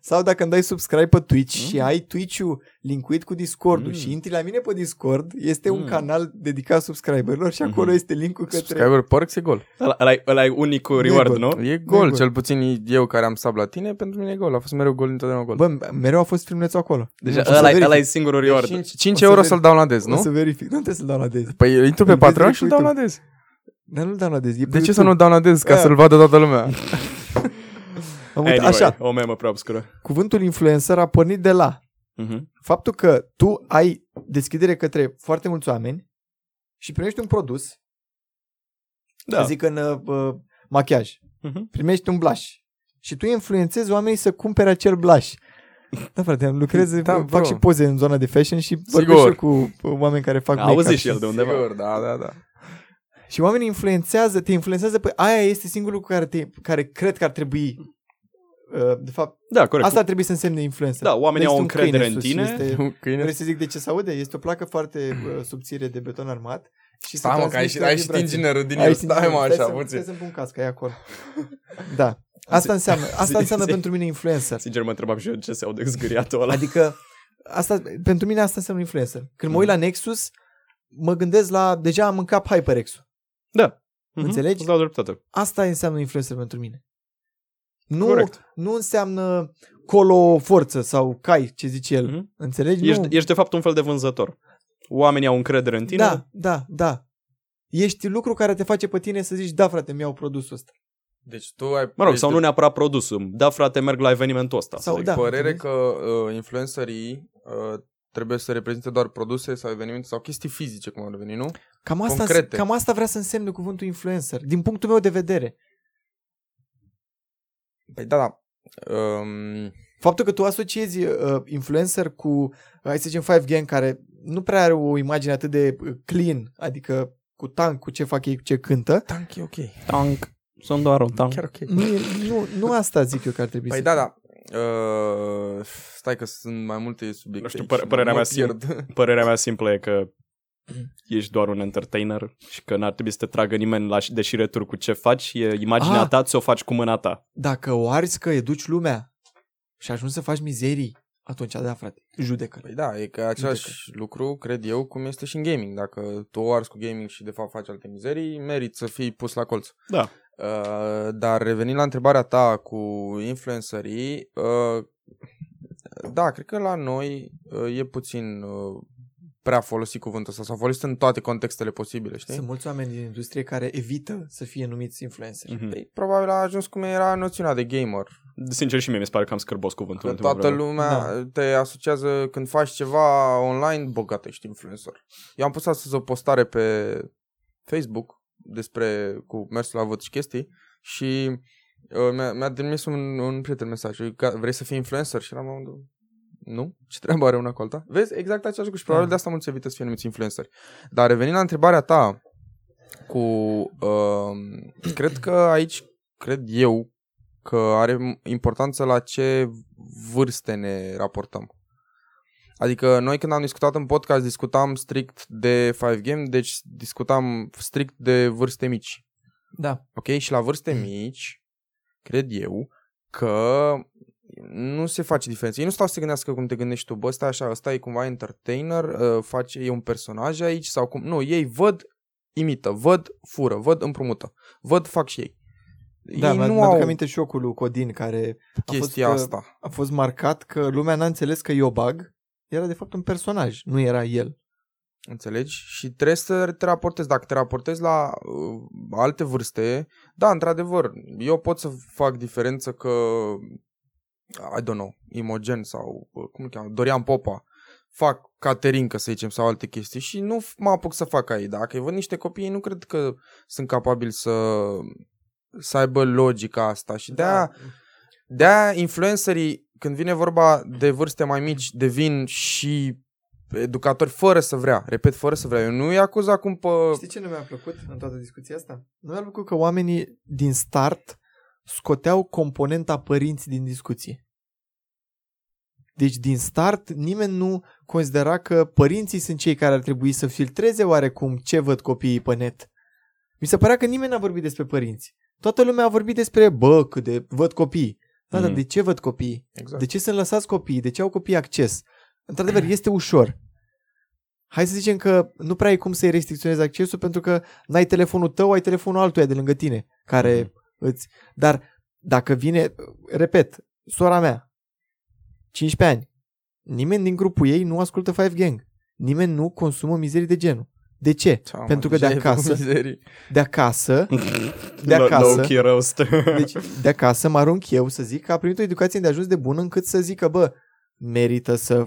Sau dacă îmi dai subscribe pe Twitch mm. și ai Twitch-ul linkuit cu Discord-ul
Mm.
și intri la mine pe Discord, este mm. un
Mm.
canal dedicat subscriberilor și acolo
Mhm.
este linkul către...
Subscriber perks e gol.
Ăla- Ăla e- ăla e unicul
Nu e
reward,
gol.
nu?
E gol,
gol.
cel puțin eu care am sub la tine, pentru mine e gol. A fost mereu gol, întotdeauna gol.
Bă, mereu a fost filmulețul acolo. O
Deci
să
ăla,
verific. Deci
ăla e singurul reward.
5,
O
5
să
euro
vezi.
să-l downloadez,
O să
nu?
verific. Nu trebuie să-l downloadez.
Păi intru pe
Îl vezi
Patreon
direct
și-l
pe YouTube.
downloadez.
Dar nu-l downloadez. E pe
De ce să
YouTube.
nu-l downloadez? Ca
Da.
să-l vadă toată lumea.
Am uitat.
Anyway,
Așa,
o memă prea obscură.
cuvântul influencer a pornit de la
Mhm.
faptul că tu ai deschidere către foarte mulți oameni și primești un produs, da.
Da.
să zic în uh, uh, machiaj,
Mhm.
primești un blush și tu influențezi oamenii să cumpere acel blush. Da, frate, am lucrez,
Da,
da,
bro.
fac și poze în zona de fashion și vorbesc
Sigur.
și eu cu uh, oameni care fac
A
make-up
auzit și el de undeva.
Sigur, da, da,
<laughs>
da.
Și oamenii influențează, te influențează, pe aia este singurul lucru care, te, care cred că ar trebui uh, de fapt,
Da, corect.
asta ar trebui să însemne influență.
Da, oamenii
Nu
au
există un
încredere
câine
în
sus,
tine.
Este,
Un câine.
Vrei să zic de ce se aude? Este o placă foarte uh, subțire de beton armat și se
Stai mă, că ai
transmite
și, ai și
vibrații.
tinginerul din
Ai
el.
și
Stai mă
tinginerul.
așa,
să- Stai
puțin.
să-mi pun casca, e acolo. Da. Asta
<laughs>
înseamnă, asta
zi-
înseamnă
zi.
pentru mine influencer.
Sincer, mă întrebam și eu ce se aude zgâriatul ăla.
Adică, asta, pentru mine asta înseamnă influencer. Când mă uit la
Mm.
Nexus, mă gândesc la, deja am în cap HyperX-ul.
Mhm.
înțelegi?
Îți dau dreptate.
Asta înseamnă influencer pentru mine. Nu,
Corect.
nu înseamnă colo forță sau cai, ce zice el.
Mm-hmm.
Mhm.
Înțelegi? nu.
Ești, ești de fapt un fel de vânzător. Oamenii au încredere în tine.
Da, da, da. Ești lucru care te face pe tine să zici, da frate, mi-au produsul ăsta.
Deci tu ai...
Mă rog,
ești
sau
de-
nu neapărat produsul. Da, frate, merg la evenimentul ăsta.
Sau
să zic.
da.
părere
înțelegi?
că uh, influencerii uh, trebuie să reprezinte doar produse sau evenimente sau chestii fizice, cum ar veni, nu?
Cam asta,
Concrete.
cam asta vrea să însemne cuvântul influencer, din punctul meu de vedere.
Păi da, da. Um,
Faptul că tu asociezi uh, influencer cu, uh, hai să zicem, 5 Gang, care nu prea are o imagine atât de uh, clean, adică cu tank, cu ce fac ei, cu ce cântă,
tank e da, ok.
Tank. Sunt doar un tank.
Chiar ok.
nu, e, nu, nu asta zic eu că ar trebui
Păi
să
da,
fie.
da. Uh, stai că sunt mai multe subiecte.
Nu știu,
aici.
păr- părerea
Mă
mea simt-
pierd. <laughs>
Părerea mea simplă e că ești doar un entertainer și că n-ar trebui să te tragă nimeni la de șireturi cu ce faci. E imaginea
Ah.
ta, ți-o faci cu mâna ta.
Dacă o arzi că educi lumea și ajungi să faci mizerii, atunci da, frate, judecă
Păi da, e că același lucru, cred eu, cum este și în gaming. Dacă tu o arzi cu gaming și de fapt faci alte mizerii, merit să fii pus la colț.
Da.
Uh, dar revenind la întrebarea ta cu influencerii, uh, da, cred că la noi uh, e puțin uh, prea folosit cuvântul ăsta, s-a folosit în toate contextele posibile, știi?
Sunt mulți oameni din industrie care evită să fie numiți influencer.
Mhm.
Păi, probabil a ajuns cum era noțiunea de gamer.
Sincer și mie mi se pare că am scârbos cuvântul.
Că
în ultima
toată
vreme.
lumea da. te asociază când faci ceva online, bă, gata, ești influencer. Eu am pus astăzi o postare pe Facebook despre cu mersul la vot și chestii și uh, mi-a, mi-a trimis un, un prieten mesaj. Ca, vrei să fii influencer? Și eram la modul, nu? Ce treabă are una cu alta? Vezi, exact același lucru și probabil
Da.
de asta mulți evită să fie numiți influenceri. Dar revenind la întrebarea ta cu... Uh, cred că aici, cred eu, că are importanță la ce vârste ne raportăm. Adică noi când am discutat în podcast discutam strict de 5 game, deci discutam strict de vârste mici.
Da.
Ok? Și la vârste mici, cred eu, că nu se face diferență. Ei nu stau să se gândească cum te gândești tu, bă, stai așa, ăsta e cumva entertainer, uh, face, e un personaj aici sau cum. Nu, ei văd, imită, văd, fură, văd, împrumută, văd, fac și ei.
Da,
ei
mi-a-
nu
mi-aduc
au
aminte și eu cu lui Codin, care
chestia
a fost, uh,
asta.
a fost marcat că lumea n-a înțeles că Iobag era de fapt un personaj, nu era el.
Înțelegi? Și trebuie să te raportezi. Dacă te raportezi la uh, alte vârste, da, într-adevăr, eu pot să fac diferență că, I don't know, Imogen sau, uh, cum îl cheamă, Dorian Popa, fac caterincă, să zicem, sau alte chestii și nu f- mă apuc să fac ei. Dacă îi văd niște copii, ei nu cred că sunt capabili să, Da.
Da.
să aibă logica asta și de-aia de influencerii când vine vorba de vârste mai mici, devin și educatori fără să vrea. Repet, fără să vrea. Eu nu îi acuz acum pe...
Știi ce nu mi-a plăcut în toată discuția asta? Nu mi-a plăcut că oamenii din start scoteau componenta părinți din discuție. Deci din start nimeni nu considera că părinții sunt cei care ar trebui să filtreze oarecum ce văd copiii pe net. Mi se părea că nimeni n-a vorbit despre părinți. Toată lumea a vorbit despre, bă, cât de văd copii. Da, dar
Mhm.
de ce văd copii?
Exact.
De ce sunt lăsați copiii? De ce au copiii acces? Într-adevăr, este ușor. Hai să zicem că nu prea ai cum să-i restricționezi accesul pentru că n-ai telefonul tău, ai telefonul altuia de lângă tine, care îți... Dar dacă vine, repet, sora mea, 15 ani, nimeni din grupul ei nu ascultă Five Gang. Nimeni nu consumă mizerii de genul. De ce?
Ceamă,
pentru că de
deja e
acasă-
mizerii.
De acasă,
<laughs>
de
Low-
acasă,
Low-key roast.
deci, de acasă mă arunc eu să zic că a primit o educație de ajuns de bună încât să zică, bă, merită să
da,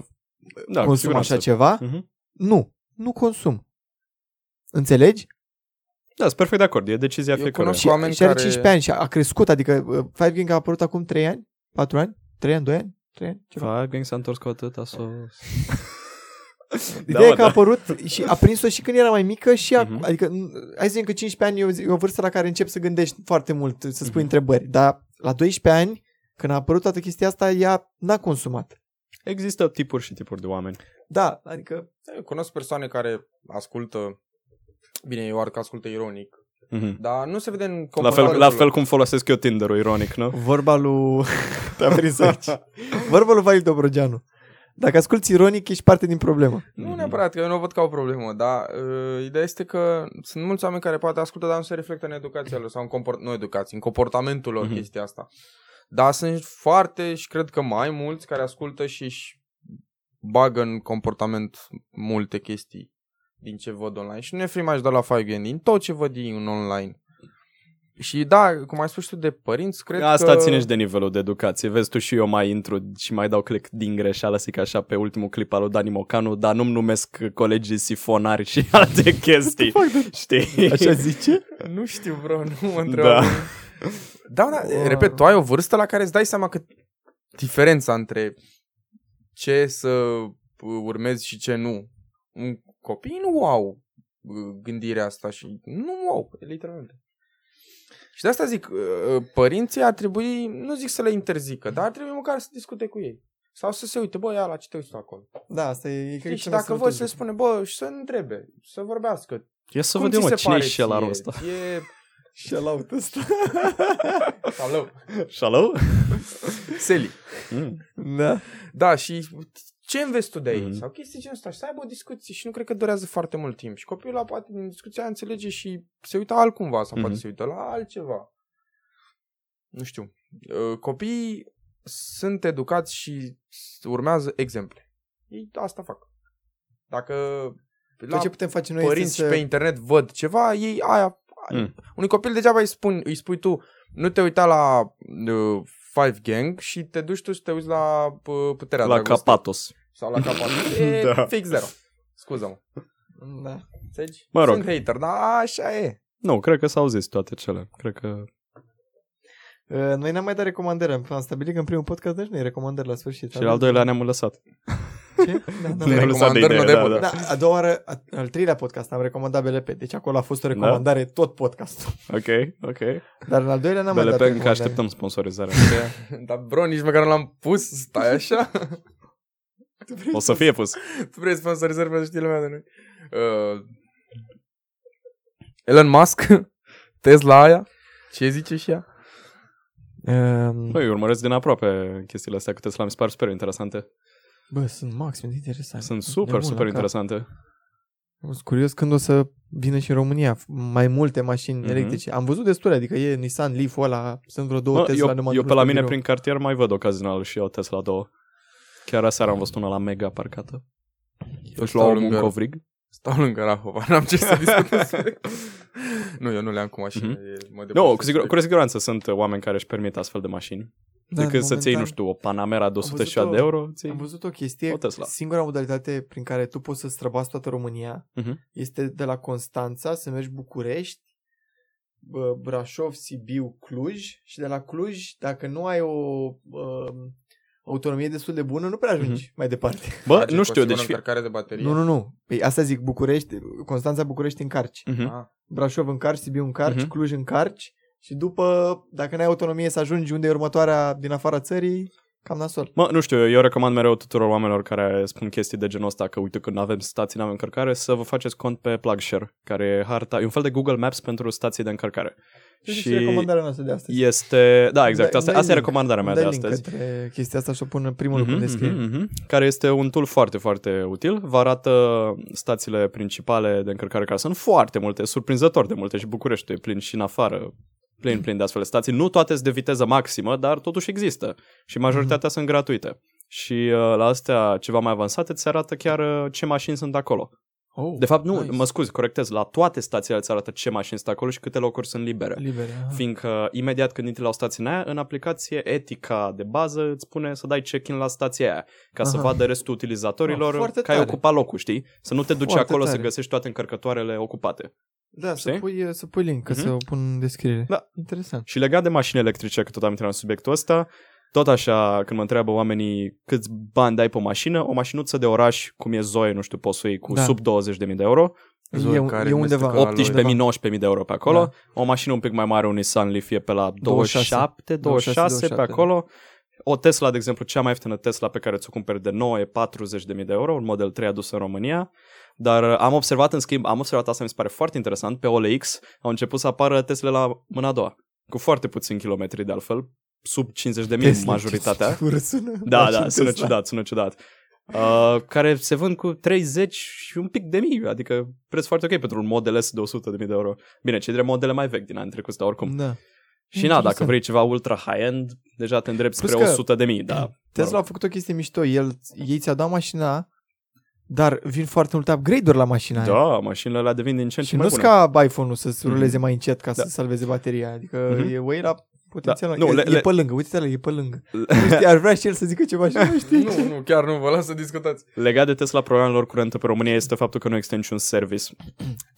cu
consum
siguranță.
așa ceva?
Mhm.
Nu, nu consum. Înțelegi?
Da, sunt perfect de acord. E decizia
Eu
fiecăruia.
cunosc
Și,
oameni
și are
care-
15 ani și a, a crescut, adică uh, Five Gang a apărut acum 3 ani, 4 ani, 3 ani, 2 ani, 3 ani, ceva.
Five Gang s-a întors cu
<laughs>
atâta sos. Da,
Ideea e
Ah, mă,
că a apărut și a prins-o și când era mai mică și a,
Mhm.
adică n- hai să zicem că 15 ani e o, zi- e o vârstă la care începi să gândești foarte mult, să spui
Mhm.
întrebări, dar la 12 ani, când a apărut toată chestia asta, ea n-a consumat.
Există tipuri și tipuri de oameni.
Da, adică
Eu cunosc persoane care ascultă, bine, eu ar că ascultă ironic,
Mhm.
dar nu se vede în
La fel,
comparatorul.
la fel cum folosesc eu Tinder-ul, ironic, nu?
vorba
<laughs>
lui... Te-am prins aici. <laughs> vorba lui Valiu Dobrogeanu. Dacă asculti ironic, ești parte din problemă.
Mhm.
Nu neapărat, că eu nu o văd ca o problemă, dar uh, ideea este că sunt mulți oameni care poate ascultă, dar nu se reflectă în educația lor sau în comport- nu educație, în comportamentul lor
Mhm.
chestia asta. Dar sunt foarte și cred că mai mulți care ascultă și își bagă în comportament multe chestii din ce văd online. Și nu e frima doar la Five Gang, din tot ce văd ei în online. Și da, cum ai spus tu de părinți, cred
Asta
că...
ține și de nivelul de educație. Vezi tu și eu mai intru și mai dau click din greșeală, să zic așa, pe ultimul clip al lui Dani Mocanu, dar nu-mi numesc colegii sifonari și <laughs> alte chestii. Știi? <laughs>
Așa zice?
Nu știu, bro, nu mă întreb.
Da.
Da. da, da,
Wow.
repet, tu ai o vârstă la care îți dai seama că diferența între ce să urmezi și ce nu. Un copii nu au uh, gândirea asta și nu au, literalmente. Și de asta zic, uh, părinții ar trebui, nu zic să le interzică, dar ar trebui măcar să discute cu ei. Sau să se uite, bă, ia la ce te uiți tu acolo.
Da, asta e... e cred
Știi,
că
și
cel mai
Deci dacă vă
sănătos
se
lucru.
spune, bă, și să întrebe, să vorbească.
Ia să
Cum
vedem,
ți
mă,
se
cine
pare
e la
ție?
ăsta?
E...
Și la out
<laughs>
ăsta.
Salut! <laughs>
Shalom?
Seli.
Mm.
da.
Da, și ce înveți tu de aici?
Mhm.
Mm-hmm. Sau chestii genul ăsta. Și să aibă o discuție și nu cred că durează foarte mult timp. Și copilul ăla poate din discuția înțelege și se uită altcumva sau mm-hmm. poate
Mhm.
se uită la altceva. Nu știu. Uh, Copiii sunt educați și urmează exemple. Ei asta fac. Dacă
La
Păi
la
ce putem face noi
părinți
este să...
pe internet văd ceva, ei aia...
Mm.
Mm. Unui copil degeaba îi, spun, îi spui tu, nu te uita la uh, Five Gang și te duci tu și te uiți la uh, Puterea
La
Dragostei.
Capatos.
Sau la
<laughs>
capat. E
Da.
da. fix zero. Scuză-mă.
Da.
Înțelegi?
Mă rog.
Sunt hater, dar așa e.
Nu, cred că s-au zis toate cele. Cred că...
Uh, Noi n-am mai dat recomandări. Am am stabilit că în primul podcast deci nu-i recomandări la sfârșit.
Și la al doilea ne-am lăsat.
Ce?
<laughs>
Da, da,
Ne-am
da.
lăsat de
recomandări, nu
idee,
de
da,
bun.
da.
Da, a doua oară, a- al treilea podcast am recomandat BLP, deci acolo a fost o recomandare tot podcastul.
da. Ok, ok.
Dar în al doilea n-am mai dat
BLP încă
recomandare.
așteptăm sponsorizarea.
<laughs> Dar bro, nici măcar nu l-am pus. Stai așa. <laughs>
Tu vrei
O să fie pus.
tu vrei sponsorizări pentru știrile mele de noi. Uh, Elon Musk, <laughs> Tesla aia. Ce zice și ea?
Ehm,
Păi, urmăresc din aproape chestiile astea, că Tesla mi se par super interesante.
Bă, sunt maxim de interesante.
Sunt
Nebun
super,
la
super
cap.
interesante.
Sunt curios când o să vină și în România mai multe mașini
Mhm.
mm-hmm. electrice. Am văzut destule, adică e Nissan Leaf-ul ăla, sunt vreo două
Mă,
Tesla
eu,
numai
eu
nu
pe la
știu
mine
birou.
prin cartier mai văd ocazional și eu Tesla 2. Chiar aseară am văzut una la Mega parcată. Eu își
stau
luau un
lângă-
covrig.
Stau lângă Rahova, <laughs> n-am ce să
<laughs>
discut despre. nu, eu nu le-am cu mașină.
Mhm.
Mm-hmm. Mă
Nu,
depășesc.
cu, sigur, cu siguranță sunt uh, oameni care își permit astfel de mașini. Da, Decât să-ți iei, nu
momentan
știu, o Panamera de 100 și
văzut
de
o-
euro. Ții...
Am văzut o chestie,
O Tesla.
singura modalitate prin care tu poți să străbați toată România
Mhm.
este de la Constanța să mergi București, bă, Brașov, Sibiu, Cluj și de la Cluj, dacă nu ai o, um, autonomie destul de bună, nu prea ajungi
Mhm.
mai departe.
Bă,
Trage
nu știu,
costul
deci...
în
Fie...
încărcare de baterie.
Nu, nu, nu. Păi asta zic, București, Constanța București încarci.
Mhm.
Ah.
Brașov încarci, Sibiu încarci,
Mhm.
uh-huh. Cluj încarci și după, dacă n-ai autonomie să ajungi unde e următoarea din afara țării, cam nasol.
Mă, nu știu, eu recomand mereu tuturor oamenilor care spun chestii de genul ăsta, că uite când avem stații de încărcare, să vă faceți cont pe PlugShare, care e harta, e un fel de Google Maps pentru stații de încărcare.
Și, și
Și-
recomandarea noastră de astăzi.
Este, da, exact,
Da-
asta,
dai
asta e
link.
recomandarea mea
Îmi
de
dai link da.
astăzi.
către chestia asta și o pun în primul
Mhm,
lucru în descriere.
mhm, mhm. Care este un tool foarte, foarte util. Vă arată stațiile principale de încărcare, care sunt foarte multe, surprinzător de multe și București e plin și în afară, plin, plin de astfel de stații. Nu toate sunt de viteză maximă, dar totuși există și majoritatea sunt gratuite. Și uh, la astea ceva mai avansate ți arată chiar uh, ce mașini sunt acolo.
Oh,
mhm. De fapt, nu,
nice.
mă scuz, corectez, la toate stațiile ți arată ce mașini sunt acolo și câte locuri sunt libere.
Libere. aha.
Fiindcă imediat când intri la o stație în aia, în aplicație etica de bază îți spune să dai check-in la stația aia, ca să
Aha.
vadă restul utilizatorilor
Ah,
că
foarte
ai
tare.
ocupat locul, știi? Să nu te duci
Foarte
acolo să
tare.
găsești toate încărcătoarele ocupate.
Da, să
Știi?
pui, să pui link, că
Mhm.
să o pun în descriere.
Da.
Interesant.
Și legat de mașini electrice, că tot am intrat în subiectul ăsta, tot așa, când mă întreabă oamenii câți bani dai pe o mașină, o mașinuță de oraș, cum e Zoe, nu știu, poți să o iei cu
Da.
sub 20.000 de euro,
Zon
E, un-
care
e undeva.
mestecă
18.000-19.000 de euro pe acolo,
Da.
o mașină un pic mai mare, un Nissan Leaf e pe la
26,
27, 26,
27,
pe acolo. O Tesla, de exemplu, cea mai ieftină Tesla pe care ți-o cumperi de nouă e 40.000 de euro, un Model 3 adus în România. Dar uh, am observat, în schimb, am observat asta, mi se pare foarte interesant, pe OLX au început să apară Tesla la mâna a doua, cu foarte puțini kilometri de altfel, sub 50.000
Tesla,
majoritatea.
ce Sună,
<laughs> Da, da,
Mașini
sună
Tesla.
ciudat, sună ciudat. Uh, care se vând cu 30 și un pic de mii, adică preț foarte ok pentru un Model S de 100 de mii de euro. Bine, cei drept modele mai vechi din anul trecut, dar oricum.
Da.
Și na, dacă
Interesant.
vrei ceva ultra high-end, deja te îndrepti
Plus
spre
că
100 de mii, da.
Tesla a făcut o chestie mișto. El, ei ți-au dat mașina, dar vin foarte multe upgrade-uri la mașina aia.
Da, mașinile alea devin din ce în ce
Și
mai
nu-s
bune.
ca iPhone-ul să-ți ruleze
Mhm.
mai încet ca
Da.
să salveze bateria. Adică
Mhm.
e way la potențial.
Da.
Nu,
Nu,
e,
le-
e
le-
pe lângă, uite-te la, e pe
<laughs>
lângă. Nu știi, aș vrea și el să zică ceva și nu știi.
Nu, nu, chiar nu, vă las să discutați.
Legat de Tesla, problema lor curentă pe România este faptul că nu există niciun service.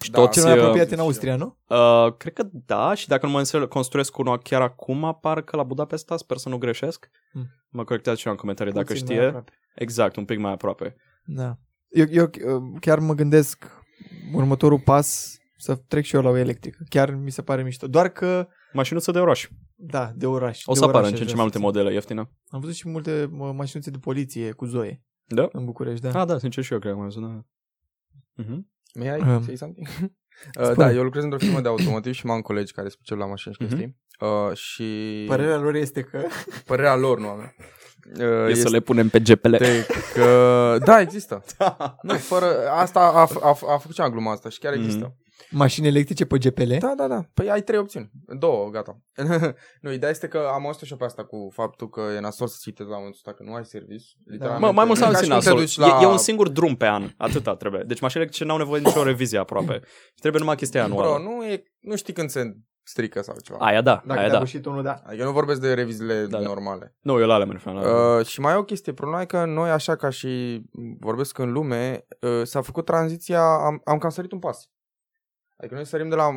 Și
Da.
toți,
Cel mai
uh,
apropiat e în Austria, nu?
Uh, cred că da, și dacă nu mă înșel, construiesc unul chiar acum, parcă la Budapesta, sper să nu greșesc.
Mm.
Mă corectează cineva în comentarii dacă
Puțin mai
știe.
aproape.
Exact, un pic mai aproape.
Da. Eu, eu uh, chiar mă gândesc următorul pas să trec și eu la o electrică. Chiar mi se pare mișto. Doar că,
Mașinuță de oraș.
da, de oraș.
O
de
să apară
oraș
în
aș
ce în ce
vrea
mai
să
multe modele ieftine.
zic. Am văzut și multe mă, mașinuțe de poliție cu Zoe
Da?
în București, da.
Ah, da, sincer și eu cred că am văzut. da. Mhm.
May I
Um.
say
<laughs>
something? Uh, da, eu lucrez într-o firmă de automotive și mai am colegi care se pricep la mașini și
Mhm.
chestii. Uh, și
Părerea lor este că...
părerea lor, nu a mea. Uh,
E să le punem pe GPL.
este
<laughs>
că... Da, există. Nu, fără... Asta a, f- a, f- a făcut cea gluma asta și chiar
Mhm.
există.
Mașini electrice pe GPL?
Da, da, da. Păi ai trei opțiuni. Două, gata. <laughs> nu, ideea este că am auzit și eu pe asta cu faptul că e nasol să citezi la momentul ăsta că nu ai service. Literalmente.
Mă, mai mult
E
sau
ca
mai
și cum te
puțin
duci
la...
la-
e, e, un singur drum pe an, atâta trebuie. Deci mașinile ce n-au nevoie de nicio revizie aproape. Și trebuie numai chestia
Bro,
anuală.
nu, e, nu știi când se strică sau ceva.
Aia da,
Dacă
aia
te-a
da.
bușit unul, da.
Adică nu vorbesc de reviziile
Da,
da,
da.
normale.
Nu, eu la alea mă referam, la alea.
Uh, și mai e o chestie, problema e că noi așa ca și vorbesc în lume, uh, s-a făcut tranziția, am, am cam sărit un pas. Adică noi sărim de la,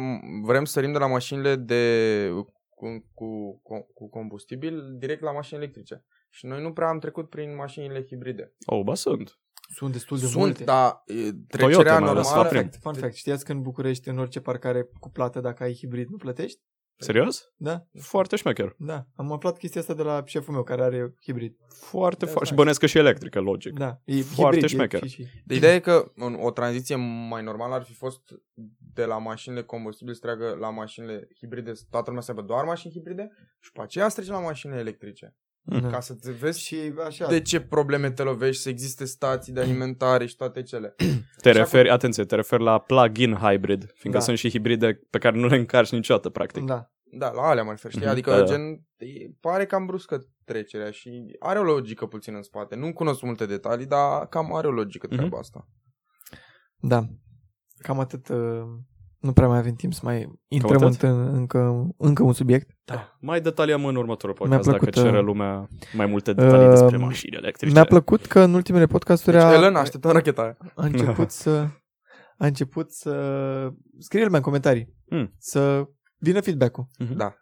vrem să sărim de la mașinile de, cu, cu, cu, cu combustibil direct la mașini electrice. Și noi nu prea am trecut prin mașinile hibride.
Oh, ba sunt. da.
Sunt destul de
Sunt,
multe.
dar e, trecerea
Toyota mai ales, la
normală...
prim.
Fun fact, fun fact. Știați că în București, în orice parcare cu plată, dacă ai hibrid, nu plătești?
Serios?
Da,
Foarte șmecher.
da. Am aflat chestia asta de la șeful meu care are hibrid.
Foarte,
Da,
foarte. Și
nice.
bănesc că și electrică, logic.
Da, e
Foarte
hibrid, e
șmecher.
și- și-
De ideea Deci e că un, o tranziție mai normală ar fi fost de la mașinile combustibile să treacă la mașinile hibride, să toată lumea să aibă doar mașini hibride și după aceea să treci la mașinile electrice.
Mhm.
Ca să te vezi și
Da. Și așa,
de ce probleme te lovești, să existe stații de alimentare și toate cele.
Te
Așa
referi, atenție, te referi la plug-in hybrid, fiindcă
Da.
sunt și hibride pe care nu le încarci niciodată, practic.
da.
Da, la alea mă refer, știi?
Mhm,
Adică
da, da.
gen, e- pare cam bruscă trecerea și are o logică puțin în spate. Nu cunosc multe detalii, dar cam are o logică
Mhm.
treaba asta.
Da. Cam atât. uh, Nu prea mai avem timp să mai intrăm
atât?
în, încă, încă un subiect.
Da. Mai detaliem în următorul
Mi-a
podcast,
plăcut,
dacă cere
uh,
lumea mai multe detalii despre
uh,
mașini electrice.
Mi-a plăcut că în ultimele podcasturi
Deci,
a,
Elena, așteptăm racheta aia.
a
<laughs>
început să a început să scrie lumea în comentarii.
Mm.
Să vină feedback-ul.
Mhm.
Da.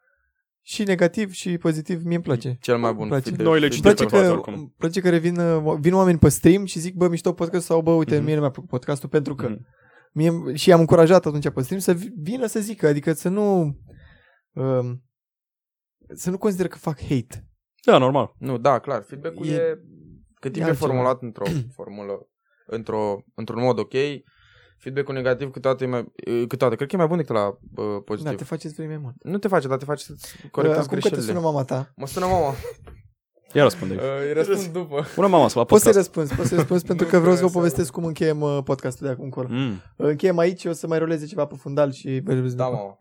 și negativ și pozitiv, mie îmi place.
Cel mai bun
Place.
feedback.
Noi le
Îmi
citim
place
pe bază
că,
oricum.
îmi place că revin, uh, vin oameni pe stream și zic, bă, mișto podcast sau, bă, uite,
Mhm.
mie nu mi-a plăcut podcastul pentru că.
Mhm.
Mie, și am încurajat atunci pe stream să vi- vină să zică, adică să nu... Um, să nu consider că fac hate.
Da, normal.
Nu, da, clar. Feedback-ul
E-
e, e cât timp
e
e
altceva.
formulat
<clears throat>
într-o formulă, într-o, într-un mod ok, feedback-ul negativ câteodată e mai, e, câteodată, cred că e mai bun decât la uh, pozitiv.
Da, te faceți vrei mai mult.
Nu te face, dar te face să-ți corectezi
Uh, Acum că te
greșelile.
sună mama ta,
Mă sună mama.
<laughs>
Ia răspunde.
Uh, îi răspund după.
Bună mama, să la
Poți să-i
podcast.
răspunzi, poți să-i răspunzi pentru
Nu
că vreau să vă
vreau să-
povestesc cum încheiem uh, podcastul de acum încolo.
Mm.
Încheiem aici, o să mai roleze ceva pe fundal și...
Da, mama.